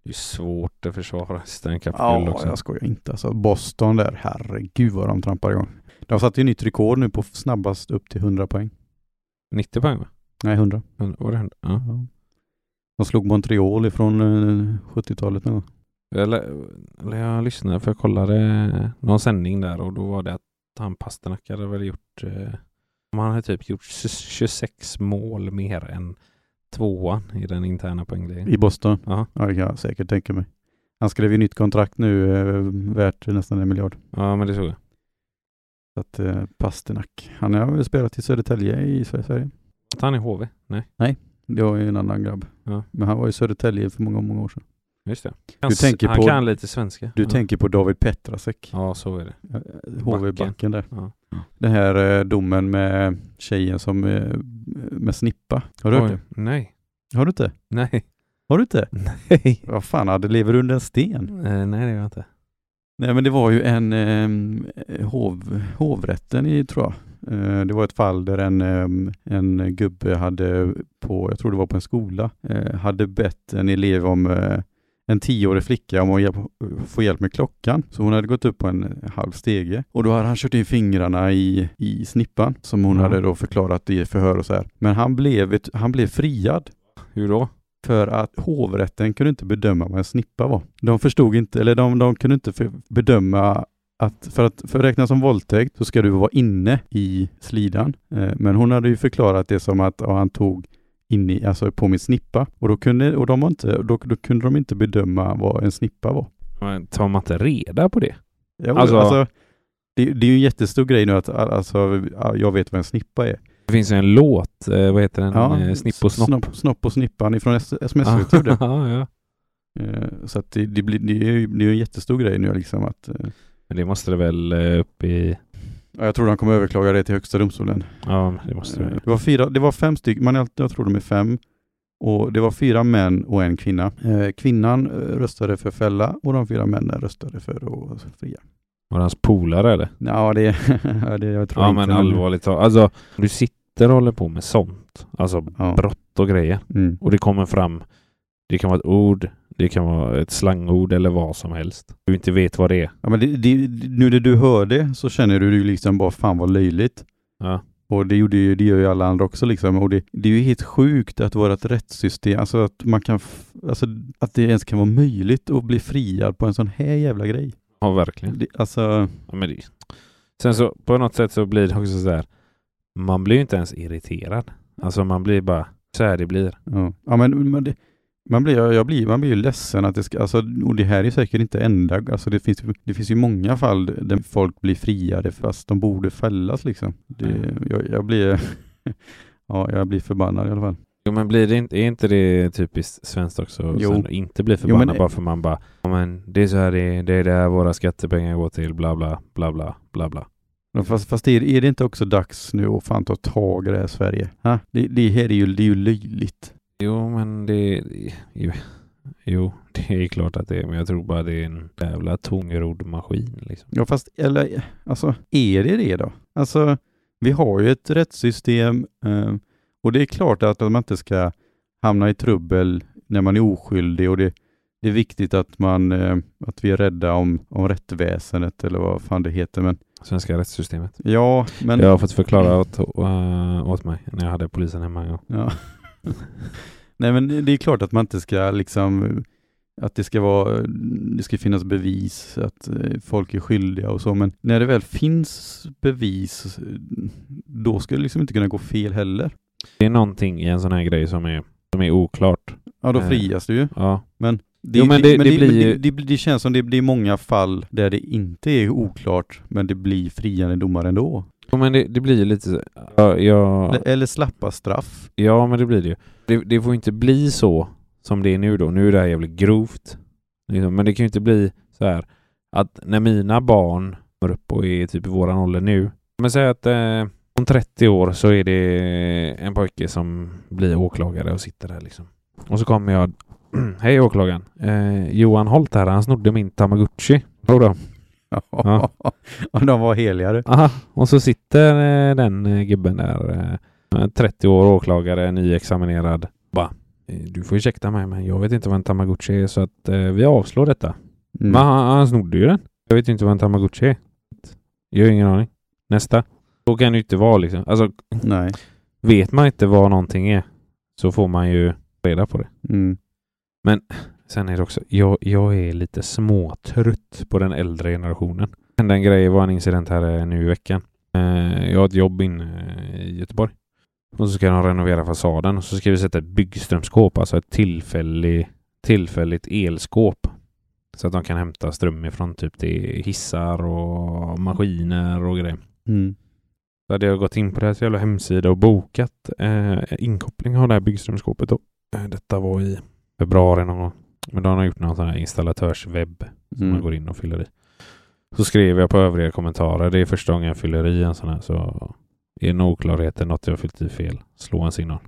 B: Det är svårt att försvara Stanley cup
A: Ja,
B: också.
A: jag skojar inte. Alltså Boston där, herregud vad de trampar igång. De satte ju nytt rekord nu på snabbast upp till 100 poäng.
B: 90 poäng va?
A: Nej, 100.
B: Eller Var det 100? Ja.
A: De slog Montreal ifrån eh, 70-talet någon gång.
B: Eller, eller jag lyssnade för jag kollade eh, någon sändning där och då var det att han Pasternak hade väl gjort eh, han hade typ gjort 26 mål mer än tvåan i den interna poängligan.
A: I Boston?
B: Ja.
A: Ja, det kan jag säkert tänka mig. Han skrev ju nytt kontrakt nu, eh, värt nästan en miljard.
B: Ja, men det såg jag.
A: Så att eh, Pasternak, han har väl spelat i Södertälje i Sverige.
B: Att han är HV? Nej.
A: Det var ju en annan grabb.
B: Ja.
A: Men han var i Södertälje för många, många år sedan.
B: Just det.
A: Du
B: Han,
A: tänker
B: han
A: på-
B: kan lite svenska.
A: Du
B: ja.
A: tänker på David Petrasek,
B: Ja, så är det.
A: HV-backen där.
B: Ja.
A: Den här eh, domen med tjejen som eh, med snippa. Har du hört
B: Oj,
A: det?
B: Nej.
A: Har du inte?
B: Nej.
A: Har du inte?
B: Nej.
A: Vad fan, hade lever under en sten?
B: Eh, nej, det gör jag inte.
A: Nej men det var ju en eh, hov, hovrätten i, tror jag. Eh, det var ett fall där en, ehm, en gubbe hade på, jag tror det var på en skola, eh, hade bett en elev om eh, en tioårig flicka om att hjälp, få hjälp med klockan. Så hon hade gått upp på en halv stege och då hade han kört in fingrarna i, i snippan som hon
B: Ja.
A: hade då förklarat i förhör och så här. Men han blev, ett- han blev friad
B: Hur då?
A: för att hovrätten kunde inte bedöma vad en snippa var. De förstod inte, eller de, de kunde inte för, bedöma att för att för att räknas som våldtäkt så ska du vara inne i slidan. Eh, men hon hade ju förklarat det som att ja, han tog inne, i- alltså på min snippa. Och då kunde, och de var inte, då, då kunde de inte bedöma vad en snippa var.
B: Men tar man inte reda på det?
A: Jo,
B: Alltså-
A: alltså, det, det är ju en jättestor grej nu att alltså, ja, jag vet vad en snippa är.
B: Det finns ju en låt, eh, vad heter den? Eh, Snipp och
A: s-
B: snopp. Ah.
A: Snopp, snopp och snippan ifrån
B: Ja.
A: sms-retur.
B: ja, ja.
A: Eh, Så att det, det, blir, det, är ju, det är ju en jättestor grej nu liksom att eh,
B: Men det måste det väl eh, upp i...
A: ja, jag tror de kommer överklaga det till högsta domstolen.
B: Ja, men det måste det
A: Eh,
B: väl.
A: Det var, fyra, det var fem stycken, man är alltid, jag tror de är fem. Och det var fyra män och en kvinna. Eh, Kvinnan eh, röstade för fälla och de fyra männen röstade för att fria. Ja,
B: Var det hans polare eller?
A: det, ja, det jag tror
B: Ja,
A: inte,
B: men allvarligt talat. Alltså, om du sitter och håller på med sånt. Alltså
A: Ja.
B: brott och grejer.
A: Mm.
B: Och det kommer fram. Det kan vara ett ord. Det kan vara ett slangord eller vad som helst. Du inte vet vad det är.
A: Ja, men det, det, nu när du hör det så känner du ju liksom bara fan vad löjligt.
B: Ja.
A: Och det, gjorde ju, det gör ju alla andra också liksom. Och det, det är ju helt sjukt att vårt rättssystem, alltså att man kan, f- alltså att det ens kan vara möjligt att bli friad på en sån här jävla grej.
B: Ja, verkligen.
A: Det, alltså,
B: Ja, men det. Sen så på något sätt så blir det också så här. Man blir ju inte ens irriterad. Alltså man blir bara så här det blir.
A: ja. ja men man, det, man, blir, jag blir, man blir ju ledsen att det ska, alltså, och det här är säkert inte enda, alltså det finns, ju- det finns ju många fall där folk blir friade fast de borde fällas liksom. Det, jag, jag blir, ja jag blir förbannad i alla fall.
B: Jo, men blir det inte, är inte det typiskt svenskt också? att
A: Jo.
B: sen Inte bli
A: Jo, men-
B: förbannad bara för man bara ja, men det är så här det är. Det är det här våra skattepengar går till. Bla bla bla bla bla bla.
A: Ja, Fast, fast är, är det inte också dags nu att fan ta tag i det här Sverige? Ha? Det, det här är ju, det är ju löjligt.
B: Jo, men det... Jo, jo, det är klart att det är. Men jag tror bara det är en jävla tungrodd maskin. Liksom.
A: Ja fast, eller alltså, är det det då? Alltså, vi har ju ett rättssystem eh, och det är klart att man inte ska hamna i trubbel när man är oskyldig och det, det är viktigt att man, eh, att vi är rädda om, om rättväsendet eller vad fan det heter. Men
B: Svenska rättssystemet.
A: ja, men...
B: Jag har fått förklara åt, äh, åt mig när jag hade polisen hemma en gång.
A: Ja. Nej men det är klart att man inte ska liksom att det ska vara, det ska finnas bevis att eh, folk är skyldiga och så men när det väl finns bevis eh, då ska det liksom inte kunna gå fel heller.
B: Det är någonting i en sån här grej som är, som är oklart.
A: Ja då
B: Eh.
A: frias du ju.
B: Ja.
A: Det,
B: Jo, men det- det blir
A: men
B: ju-
A: det, det, det känns som det, det är många fall där det inte är oklart men det blir friande domar ändå.
B: Jo, Men det, det blir ju lite... så- Ja, ja,
A: Eller, eller slappa straff.
B: ja, men det blir det ju. Det, det får inte bli så som det är nu då. Nu är det här jävligt grovt. Liksom. Men det kan ju inte bli så här att när mina barn kommer upp och är typ i våran ålder nu. Men säg att eh, om 30 år så är det en pojke som blir åklagare och sitter där liksom. Och så kommer jag. Hej åklagaren. Eh, Johan Holt här, han snodde min Tamagotchi. Jo då.
A: Ja. de var heligare.
B: Aha. Och så sitter eh, den eh, gubben där. Eh, 30 år åklagare, nyexaminerad. Bara, eh, du får ursäkta mig men jag vet inte vad en Tamagotchi är så att eh, vi avslår detta.
A: Mm.
B: Men han, han snodde ju den. Jag vet inte vad en Tamagotchi är. Jag har ingen aning. Nästa. Så kan det ju inte vara liksom. Alltså,
A: Nej.
B: vet man inte vad någonting är så får man ju reda på det.
A: Mm.
B: Sen är det också, jag, jag är lite småtrött på den äldre generationen. Det hände en grej, var en incident här eh, nu i veckan. Eh, Jag har ett jobb inne i Göteborg. Och så ska de renovera fasaden och så ska vi sätta ett byggströmskåp, alltså ett tillfällig, tillfälligt elskåp. Så att de kan hämta ström ifrån typ till hissar och maskiner och grejer.
A: Mm.
B: Så hade jag gått in på deras jävla hemsida och bokat eh, inkoppling av det här byggströmskåpet. Då. Eh, Detta var i februari någon gång. Men då har de gjort någon sån här installatörswebb som
A: Mm.
B: man går in och fyller i. Så skrev jag på övriga kommentarer. Det är första gången jag fyller i en sån här. Så är det oklarheter något jag fyllt i fel, slå en signal.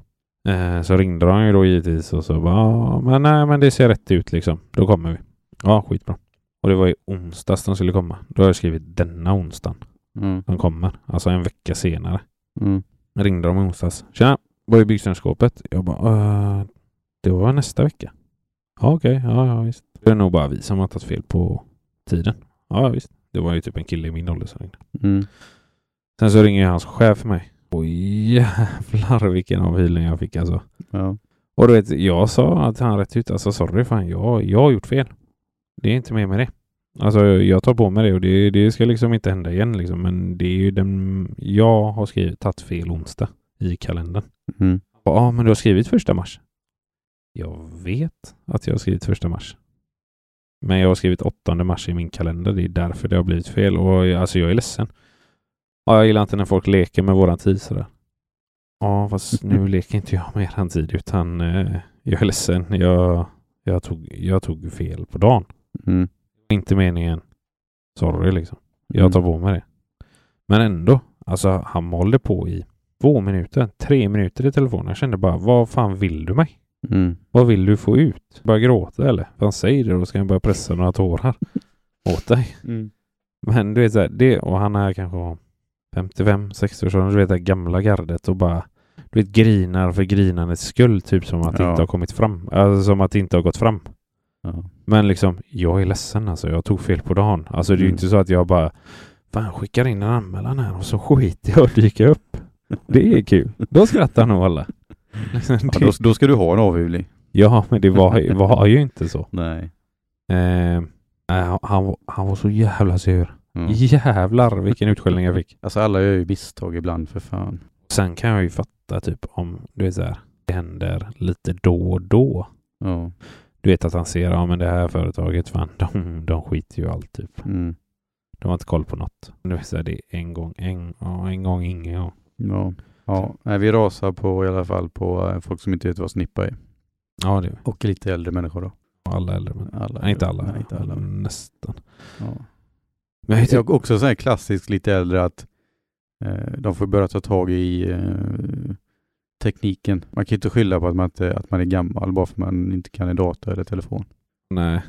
B: Eh, så ringde de ju då givetvis och så bara, "Ja, men nej, men det ser rätt ut liksom. Då kommer vi. Ja, skitbra. Och det var i onsdags de skulle komma. Då har jag skrivit denna onsdagen
A: Mm.
B: de kommer. Alltså en vecka senare.
A: Mm.
B: Ringde de i onsdags. Tjena, var är byggstenskåpet? Jag bara, "Eh, det var nästa vecka. Ja, okej, ja, ja, visst. Det är nog bara vi som har tagit fel på tiden. Ja, ja, visst. Det var ju typ en kille i min ålder som ringde.
A: Mm.
B: Sen så ringer hans chef mig. Och jävlar vilken avhyvling jag fick alltså.
A: Ja.
B: Och du vet, jag sa att han rätt ut. Alltså sorry fan, jag, jag har gjort fel. Det är inte mer med det. Alltså jag tar på mig det och det, det ska liksom inte hända igen liksom. Men det är ju den... Jag har skrivit, tagit fel onsdag i kalendern.
A: Mm.
B: Ja, ah, men du har skrivit första mars. Jag vet att jag har skrivit första mars. Men jag har skrivit åttonde mars i min kalender. Det är därför det har blivit fel. Och jag, alltså jag är ledsen. Ja, jag gillar inte när folk leker med våran tid sådär. Ja, fast nu leker inte jag med eran tid utan eh, jag är ledsen. Jag, jag, tog, jag tog fel på dagen.
A: Mm.
B: Inte meningen. Sorry liksom. Jag tar på mig det. Men ändå. Alltså han håller på i två minuter, tre minuter i telefonen. Jag kände bara, vad fan vill du mig?
A: Mm.
B: Vad vill du få ut? Bara gråta eller? Fan säg det då ska jag börja pressa några tårar åt dig.
A: Mm.
B: Men du vet så här, det och han är kanske 55-60 års ålder, du vet det här gamla gardet och bara du vet grinar för grinandets skull. Typ som att det
A: Ja.
B: inte har kommit fram. Alltså som att det inte har gått fram.
A: Ja.
B: Men liksom, jag är ledsen alltså. Jag tog fel på dagen. Alltså det är ju
A: Mm.
B: inte så att jag bara Fan, jag skickar in en anmälan här och så skiter jag och dyker upp. Det är kul. Då skrattar nog alla. Liksom,
A: Ja,
B: det,
A: då, då ska du ha en avhyvling.
B: ja, men det var, ju- var ju inte så.
A: Nej.
B: Eh, eh, han, var- han var så jävla sur.
A: Ja.
B: Jävlar vilken utskällning jag fick.
A: Alltså alla gör ju misstag ibland för fan.
B: Sen kan jag ju fatta typ om du vet så här, det händer lite då och då.
A: Ja.
B: Du vet att han ser, ja men det här företaget, fan de, de skiter ju allt typ.
A: Mm.
B: De har inte koll på något. Nu är det en gång, en, ja, en gång, ingen gång.
A: Ja. ja. Nej, vi rasar på i alla fall på eh, folk som inte vet vad snippa är.
B: Ja, det är
A: Och lite äldre människor då.
B: alla äldre. Men,
A: Alla
B: nej, inte alla. Mm.
A: Nej, inte alla.
B: men Nästan.
A: Ja.
B: Men jag,
A: Det
B: tycker-
A: är också så här klassiskt lite äldre att eh, de får börja ta tag i eh, tekniken. Man kan ju inte skylla på att man, inte, att man är gammal bara för att man inte kan en dator eller telefon.
B: nej.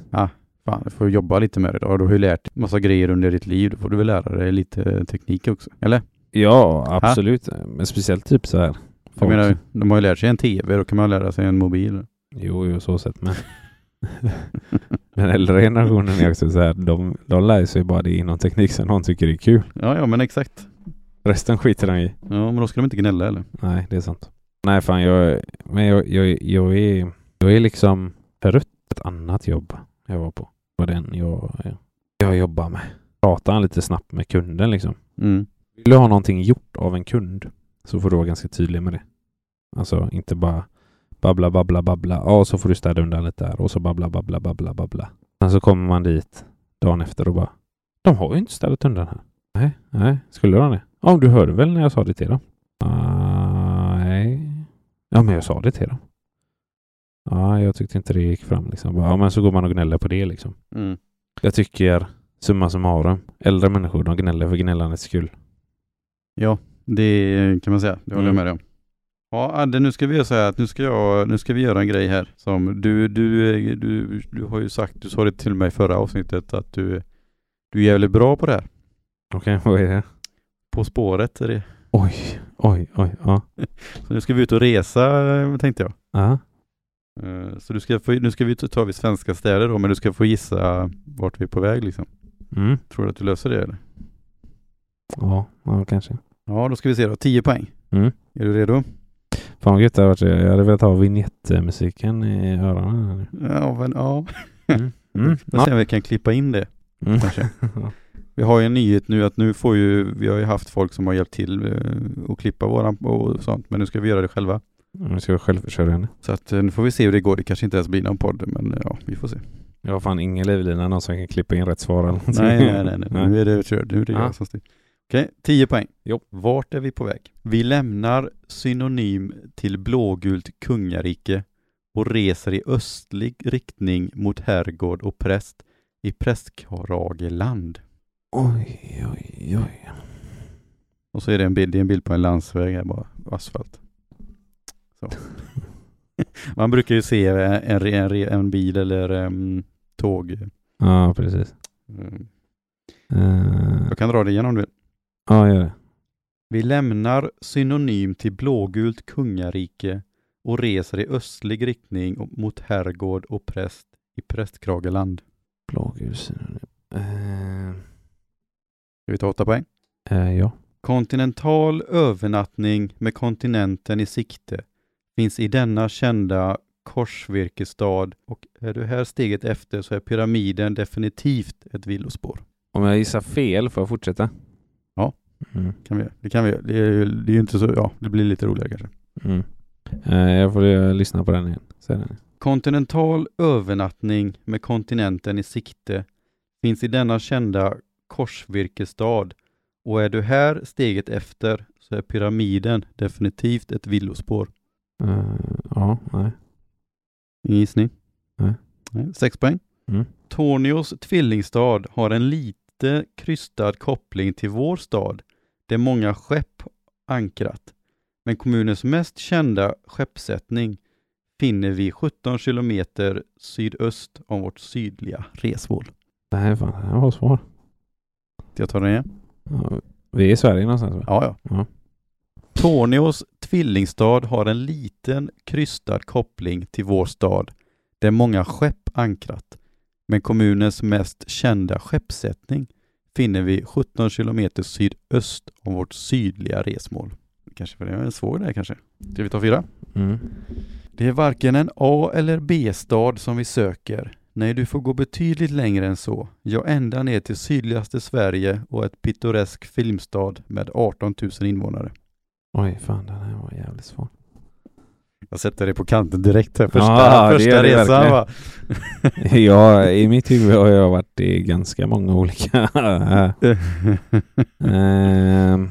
A: Fan, du får jobba lite med det då. Du har ju lärt dig massa grejer under ditt liv. Då får du väl lära dig lite teknik också. Eller?
B: Ja, absolut. Men speciellt typ så här.
A: Jag
B: folk-
A: menar, de har ju lärt sig en tv. Då kan man lära sig en mobil.
B: Jo, jo, så sett. Men, men äldre generationen är också så här. De, de lär sig bara det inom teknik som de tycker är kul.
A: Ja, ja men exakt.
B: Resten skiter de i.
A: Ja, men då ska de inte gnälla eller?
B: Nej, det är sant. Nej, fan, jag, men jag, jag, jag, är, jag är liksom trött på ett annat jobb jag var på. Det var den jag, jag jobbar med. Pratar lite snabbt med kunden liksom.
A: Mm.
B: Vill du ha någonting gjort av en kund så får du vara ganska tydlig med det. Alltså inte bara babbla, babbla, babbla. Ja, och så får du städa undan lite där och så babbla, babbla, babbla, babbla. Sen så kommer man dit dagen efter och bara De har ju inte städat undan här. Nej, nej, skulle de det? Ja, du hörde väl när jag sa det till dem? Nej. Ja, men jag sa det till dem. Ja, jag tyckte inte det gick fram liksom. Bara, Ja, men så går man och gnäller på det liksom.
A: Mm.
B: Jag tycker, summa summarum, äldre människor de gnäller för gnällandets skull.
A: Ja, det kan man säga. Det håller jag med dig om. Ja, Adde, nu ska vi göra så här att nu ska, jag, nu ska vi göra en grej här. Som du, du, du, du har ju sagt, du sa det till mig i förra avsnittet att du, du är jävligt bra på det här.
B: Okej, vad är det?
A: På spåret är det.
B: Oj, oj, oj. Ja.
A: Så nu ska vi ut och resa eh, tänkte jag.
B: Ja.
A: Eh, Så du ska få, nu ska vi ta tar vi svenska städer då, men du ska få gissa vart vi är på väg liksom.
B: Mm.
A: Tror du att du löser det eller?
B: Ja, ja, kanske.
A: Ja, då ska vi se då. 10 poäng.
B: Mm.
A: Är du redo?
B: Fan vad gött det hade varit. Jag hade velat ha vignettmusiken i öronen. här nu.
A: Ja, men ja.
B: Mm.
A: Vi får se om vi kan klippa in det.
B: Mm.
A: kanske. Vi har ju en nyhet nu att nu får ju, vi har ju haft folk som har hjälpt till eh, att klippa våran och sånt, men nu ska vi göra det själva.
B: Nu ska jag självförsörjande.
A: Så att eh, nu får vi se hur det går. Det kanske inte ens blir någon podd, men eh, ja, vi får se.
B: Jag har fan ingen livlina någon som kan klippa in rätt svar eller någonting.
A: Nej, nej, nej, nej. nu är det körd. Nu är det
B: Ja.
A: jag som styr. Okej, 10 poäng.
B: Jo.
A: Vart är vi på väg? Vi lämnar synonym till blågult kungarike och reser i östlig riktning mot herrgård och präst i Prästkrageland.
B: Oj, oj, oj.
A: Och så är det en bild, det är en bild på en landsväg här bara, asfalt. Så. Man brukar ju se en, en, en bil eller em, tåg.
B: Ja, precis.
A: Mm.
B: Eh,
A: Jag kan dra det igen om du vill.
B: ja, gör det.
A: Vi lämnar synonym till blågult kungarike och reser i östlig riktning och- mot herrgård och präst i Prästkrageland.
B: Blågul uh,
A: Ska vi ta åtta poäng?
B: eh, Ja.
A: Kontinental övernattning med kontinenten i sikte finns i denna kända korsvirkesstad och är du här steget efter så är pyramiden definitivt ett villospår.
B: Om jag gissar fel, får jag fortsätta?
A: Ja.
B: Mm.
A: Kan vi, det kan vi Det är ju det är ju inte så, ja, det blir lite roligare kanske.
B: Mm. Eh, jag får eh, lyssna på den igen. Säg den.
A: Kontinental övernattning med kontinenten i sikte finns i denna kända korsvirkesstad och är du här steget efter så är pyramiden definitivt ett villospår.
B: Eh, ja, nej.
A: Ingen gissning?
B: Nej.
A: Nej. Sex poäng.
B: Mm.
A: Tornios tvillingstad har en lite krystad koppling till vår stad, där många skepp ankrat. Men kommunens mest kända skeppssättning finner vi 17 kilometer sydöst om vårt sydliga resmål.
B: Det här, är fan, det här var svår.
A: Jag tar den igen.
B: Ja, vi är i Sverige någonstans va?
A: Ja, ja.
B: Ja.
A: Tornios tvillingstad har en liten krystad koppling till vår stad, där många skepp ankrat. Men kommunens mest kända skeppssättning finner vi 17 kilometer sydöst om vårt sydliga resmål. Kanske för det är en svår där kanske. Ska vi ta fyra?
B: Mm.
A: Det är varken en A eller B-stad som vi söker. Nej, du får gå betydligt längre än så. Ja, ända ner till sydligaste Sverige och ett pittoresk filmstad med 18 000 invånare.
B: Oj, fan den här var jävligt svår.
A: Jag sätter dig på kanten direkt här första,
B: Ja, det
A: första
B: gör det
A: resan
B: verkligen.
A: va?
B: ja, i mitt huvud har jag varit i ganska många olika... Ehm,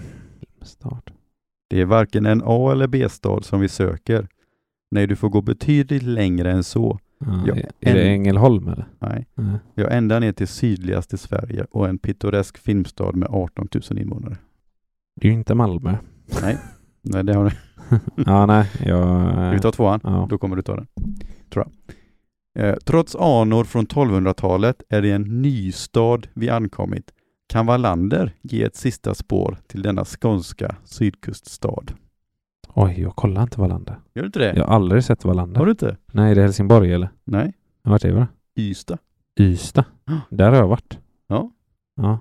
B: start.
A: Det är varken en A eller B-stad som vi söker. Nej, du får gå betydligt längre än så.
B: Ja,
A: Ja,
B: är, är det
A: en-
B: Ängelholm eller?
A: Nej,
B: Nej.
A: jag ända ner till sydligaste Sverige och en pittoresk filmstad med 18 000 invånare.
B: Det är ju inte Malmö.
A: Nej, det har du.
B: ja, nej. Jag... eh,
A: Ska vi ta tvåan?
B: ja.
A: Då kommer du ta den. Tror jag. Eh, trots anor från 1200-talet är det en ny stad vi ankommit. Kan Wallander ge ett sista spår till denna skånska sydkuststad?
B: Oj, jag kollar inte Wallander.
A: Gör du inte det?
B: Jag har aldrig sett Wallander.
A: Har du inte?
B: Nej, det är Helsingborg eller?
A: Nej.
B: Vart är vi då?
A: Ystad.
B: Ystad.
A: Ja.
B: Där har jag varit.
A: Ja.
B: Ja.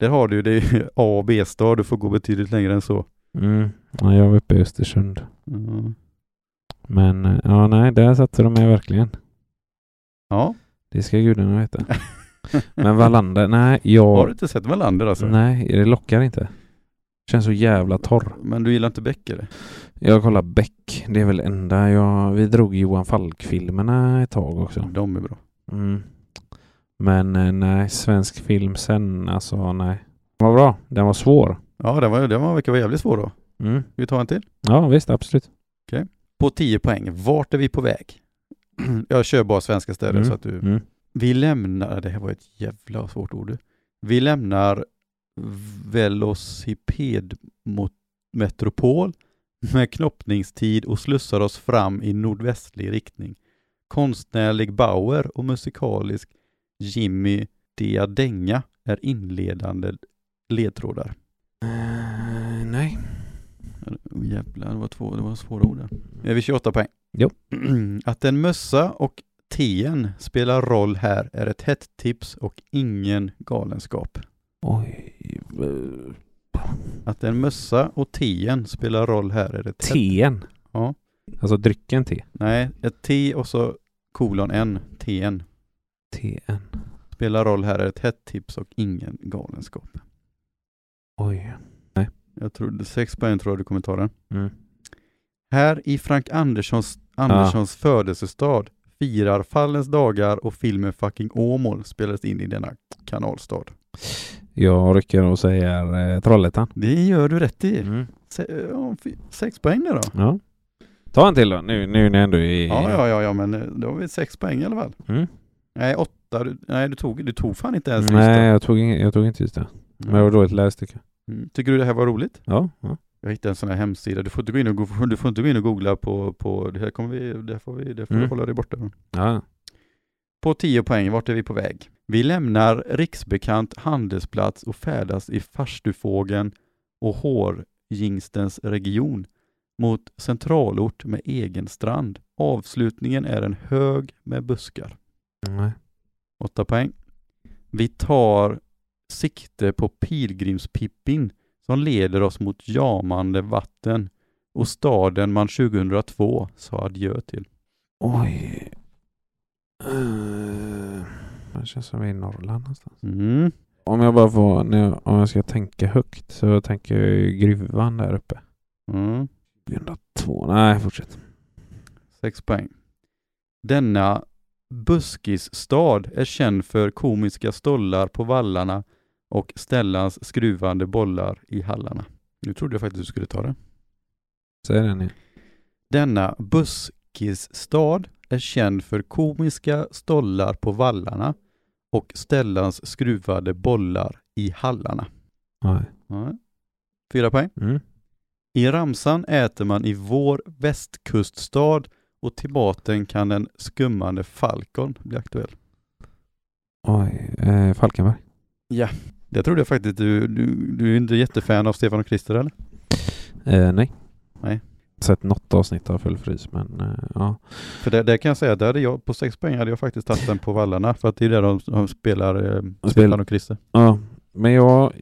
A: Där har du ju- det är ju A och B-stad, du får gå betydligt längre än så.
B: Mm. ja. Jag var uppe i Östersund.
A: Mm.
B: Men eh, ja, nej, där satte de mig verkligen.
A: Ja.
B: Det ska gudarna veta. Men Wallander, nej, jag...
A: Har du inte sett Wallander alltså?
B: Nej, det lockar inte. Känns så jävla torr.
A: Men du gillar inte Becker?
B: Jag kollar Beck. Det är väl enda jag... Vi drog Johan Falk-filmerna ett tag också.
A: De är bra.
B: Mm. Men eh, nej, svensk film sen, alltså nej. Den var bra. Den var svår.
A: Ja, den var, den var, verkar vara jävligt svår då.
B: Mm.
A: Vi tar en till.
B: Ja, visst, absolut.
A: På 10 poäng, vart är vi på väg? Jag kör bara svenska städer
B: Mm.
A: så att du...
B: Mm.
A: Vi lämnar, det här var ett jävla svårt ord. Vi lämnar velocipedmetropol med knoppningstid och slussar oss fram i nordvästlig riktning. Konstnärlig Bauer och musikalisk Jimmy Diadenga är inledande ledtrådar.
B: Eh, nej.
A: Oh, jävlar, det var, två, det var svåra ord där. Nu är vi 28 poäng.
B: Jo.
A: Att en mössa och teen spelar roll här är ett hett tips och ingen galenskap.
B: Oj.
A: Att en mössa och teen spelar roll här är ett hett...
B: Teen.
A: Ja.
B: Alltså drycken te.
A: Nej, ett T och så kolon N, teen.
B: TN.
A: Spelar roll här är ett hett tips och ingen galenskap.
B: Oj.
A: Jag tror, sex poäng tror jag du kommer ta den.
B: Mm.
A: Här i Frank Anderssons, Anderssons födelsestad firar Fallens dagar och filmen Fucking Åmål spelades in i denna kanalstad.
B: Jag rycker och säger eh, Trollhättan.
A: Det gör du rätt i.
B: Mm.
A: Se, ja, fy- sex poäng där då.
B: Ja. Ta en till då, nu, nu när jag ändå är...
A: Ja, ja, ja, ja, men eh, då har vi sex poäng i alla fall.
B: Mm.
A: Nej, åtta. Du, nej, du tog, du tog fan inte ens
B: Nej,
A: listan.
B: jag Mm. tog, ing- jag tog inte just det. Men det var dåligt läst tycker jag.
A: Mm. Tycker du det här var roligt?
B: Ja, ja.
A: Jag hittade en sån här hemsida. Du får inte gå in och, go- du får inte gå in och googla på, på det här kommer vi, det här får vi, det får vi
B: Mm.
A: hålla dig borta från.
B: ja.
A: På 10 poäng, vart är vi på väg? Vi lämnar riksbekant handelsplats och färdas i farstufågen och hårjingstens region mot centralort med egen strand. Avslutningen är en hög med buskar.
B: Nej.
A: 8 poäng. Vi tar sikte på pilgrimspippin som leder oss mot jamande vatten och staden man 2002 sa adjö till.
B: Oj. Eh, Det känns som vi är i Norrland någonstans.
A: Mm.
B: Om jag bara får, när jag, om jag ska tänka högt så tänker jag ju gruvan där uppe.
A: Mm.
B: 102. Nej, fortsätt.
A: 6 poäng. Denna buskisstad är känd för komiska stollar på vallarna och Stellans skruvande bollar i hallarna. Nu trodde jag faktiskt du skulle ta det.
B: Säg den igen.
A: Denna buskisstad är känd för komiska stollar på vallarna och Stellans skruvade bollar i hallarna.
B: Nej.
A: Ja. Fyra poäng.
B: Mm.
A: I ramsan äter man i vår västkuststad och till maten kan den skummande falkon bli aktuell.
B: Oj. Eh, Falkenberg.
A: Det trodde jag faktiskt. Du, du, du är inte jättefan av Stefan och Christer eller?
B: Eh, nej.
A: Nej.
B: Sett något avsnitt av Full Frys, men eh, ja.
A: För det, det kan jag säga, där hade jag, på sex poäng hade jag faktiskt tagit den på vallarna för att det är där de, de spelar eh, Stefan och Christer.
B: Ja, men jag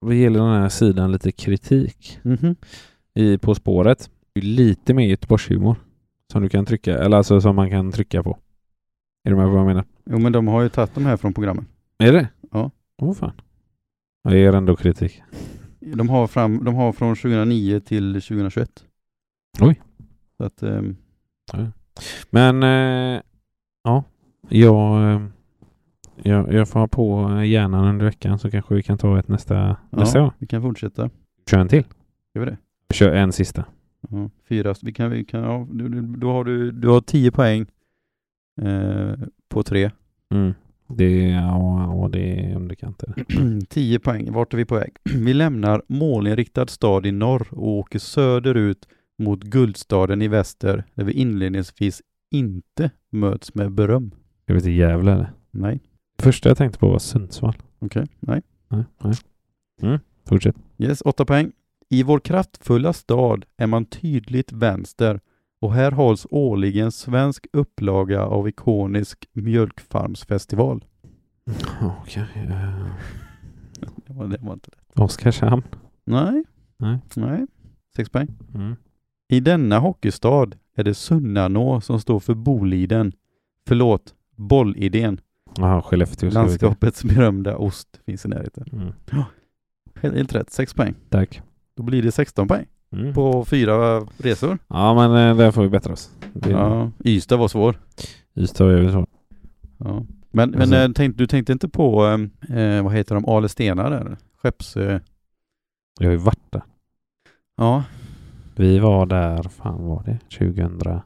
B: vad gäller den här sidan lite kritik
A: Mhm.
B: i På spåret. Det är Lite mer Göteborgshumor som du kan trycka, eller alltså som man kan trycka på. Är du med på vad jag menar?
A: Jo men de har ju tagit de här från programmen.
B: Är det?
A: Ja.
B: Åh fan. Jag ger ändå kritik.
A: De har, fram, de har från 2009 till 2021.
B: Oj.
A: Så att, ehm,
B: Men eh, ja, jag, eh, jag, jag får ha på hjärnan under veckan så kanske vi kan ta ett nästa,
A: Ja.
B: nästa gång.
A: vi kan fortsätta.
B: Kör en till.
A: Gör vi det?
B: Kör en sista.
A: Ja, fyra. Vi kan, vi kan, ja, du, du, då har du, du har tio poäng eh, på tre.
B: Mm. Det, ja, ja, det är underkanter.
A: 10 poäng, vart är vi på väg? Vi lämnar målinriktad stad i norr och åker söderut mot Guldstaden i väster där vi inledningsvis inte möts med beröm.
B: Ska vi till Gävle eller?
A: Nej,
B: första jag tänkte på var Sundsvall.
A: okej, nej.
B: Nej, nej. Mm, fortsätt.
A: Yes, 8 poäng. I vår kraftfulla stad är man tydligt vänster och här hålls årligen svensk upplaga av ikonisk mjölkfarmsfestival.
B: Okej. eh,
A: Det var, det var inte det.
B: Oskarshamn.
A: Nej.
B: Nej.
A: Nej. 6 poäng.
B: Mm.
A: I denna hockeystad är det Sunnanå som står för Boliden. Förlåt, bollidén.
B: Jaha, Skellefteå. ska vi till.
A: Landskapets berömda ost finns i närheten.
B: Mm.
A: Helt rätt, 6 poäng.
B: Tack.
A: Då blir det 16 poäng
B: Mm.
A: på fyra resor.
B: Ja, men eh, där får vi bättra oss. Det,
A: Ja, Ystad var svår.
B: Ystad var ju så.
A: Ja. Men, men
B: Alltså-
A: eh, tänk, du tänkte inte på, eh, eh, vad heter de, Ale Stenar där? Skepps... Eh,
B: Jag har ju varit där.
A: ja.
B: Vi var där, fan var det? 2000.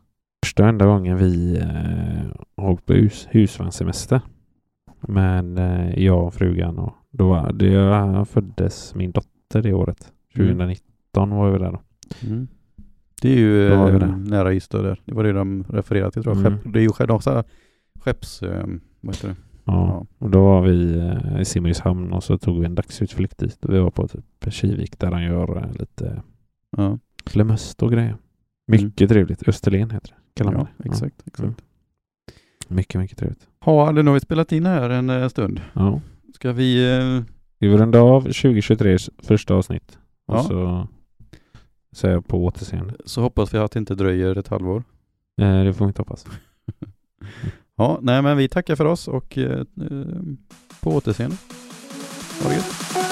B: Första och enda gången vi eh, åkte på hus, husvagnssemester. Men eh, jag och frugan och då var det, jag föddes min dotter det året. 2019 var vi där då.
A: Mm. Det är ju
B: Då har vi
A: eh,
B: det.
A: nära Ystad där. Det var det de refererade till tror jag.
B: Mm.
A: Skepp, det är ju skepp- också skepps... Eh, vad heter det?
B: Ja,
A: Ja.
B: och då var vi eh, i Simrishamn och så tog vi en dagsutflykt dit. Vi var på typ Kivik där han gör eh, lite
A: Ja.
B: flemöst och grejer. Mycket trevligt. Österlen heter det. Kallar man
A: Ja,
B: det.
A: exakt. exakt.
B: Mm. Mycket, mycket trevligt.
A: Ja, nu har vi spelat in här en eh, stund.
B: Ja.
A: Ska vi... eh,
B: Vi vill runda av 2023s första avsnitt. Och
A: Ja.
B: så säger jag på återseende.
A: Så hoppas vi att det inte dröjer ett halvår.
B: Eh, det får vi inte hoppas.
A: Ja, nej men vi tackar för oss och eh, eh, på återseende. Ha det gött.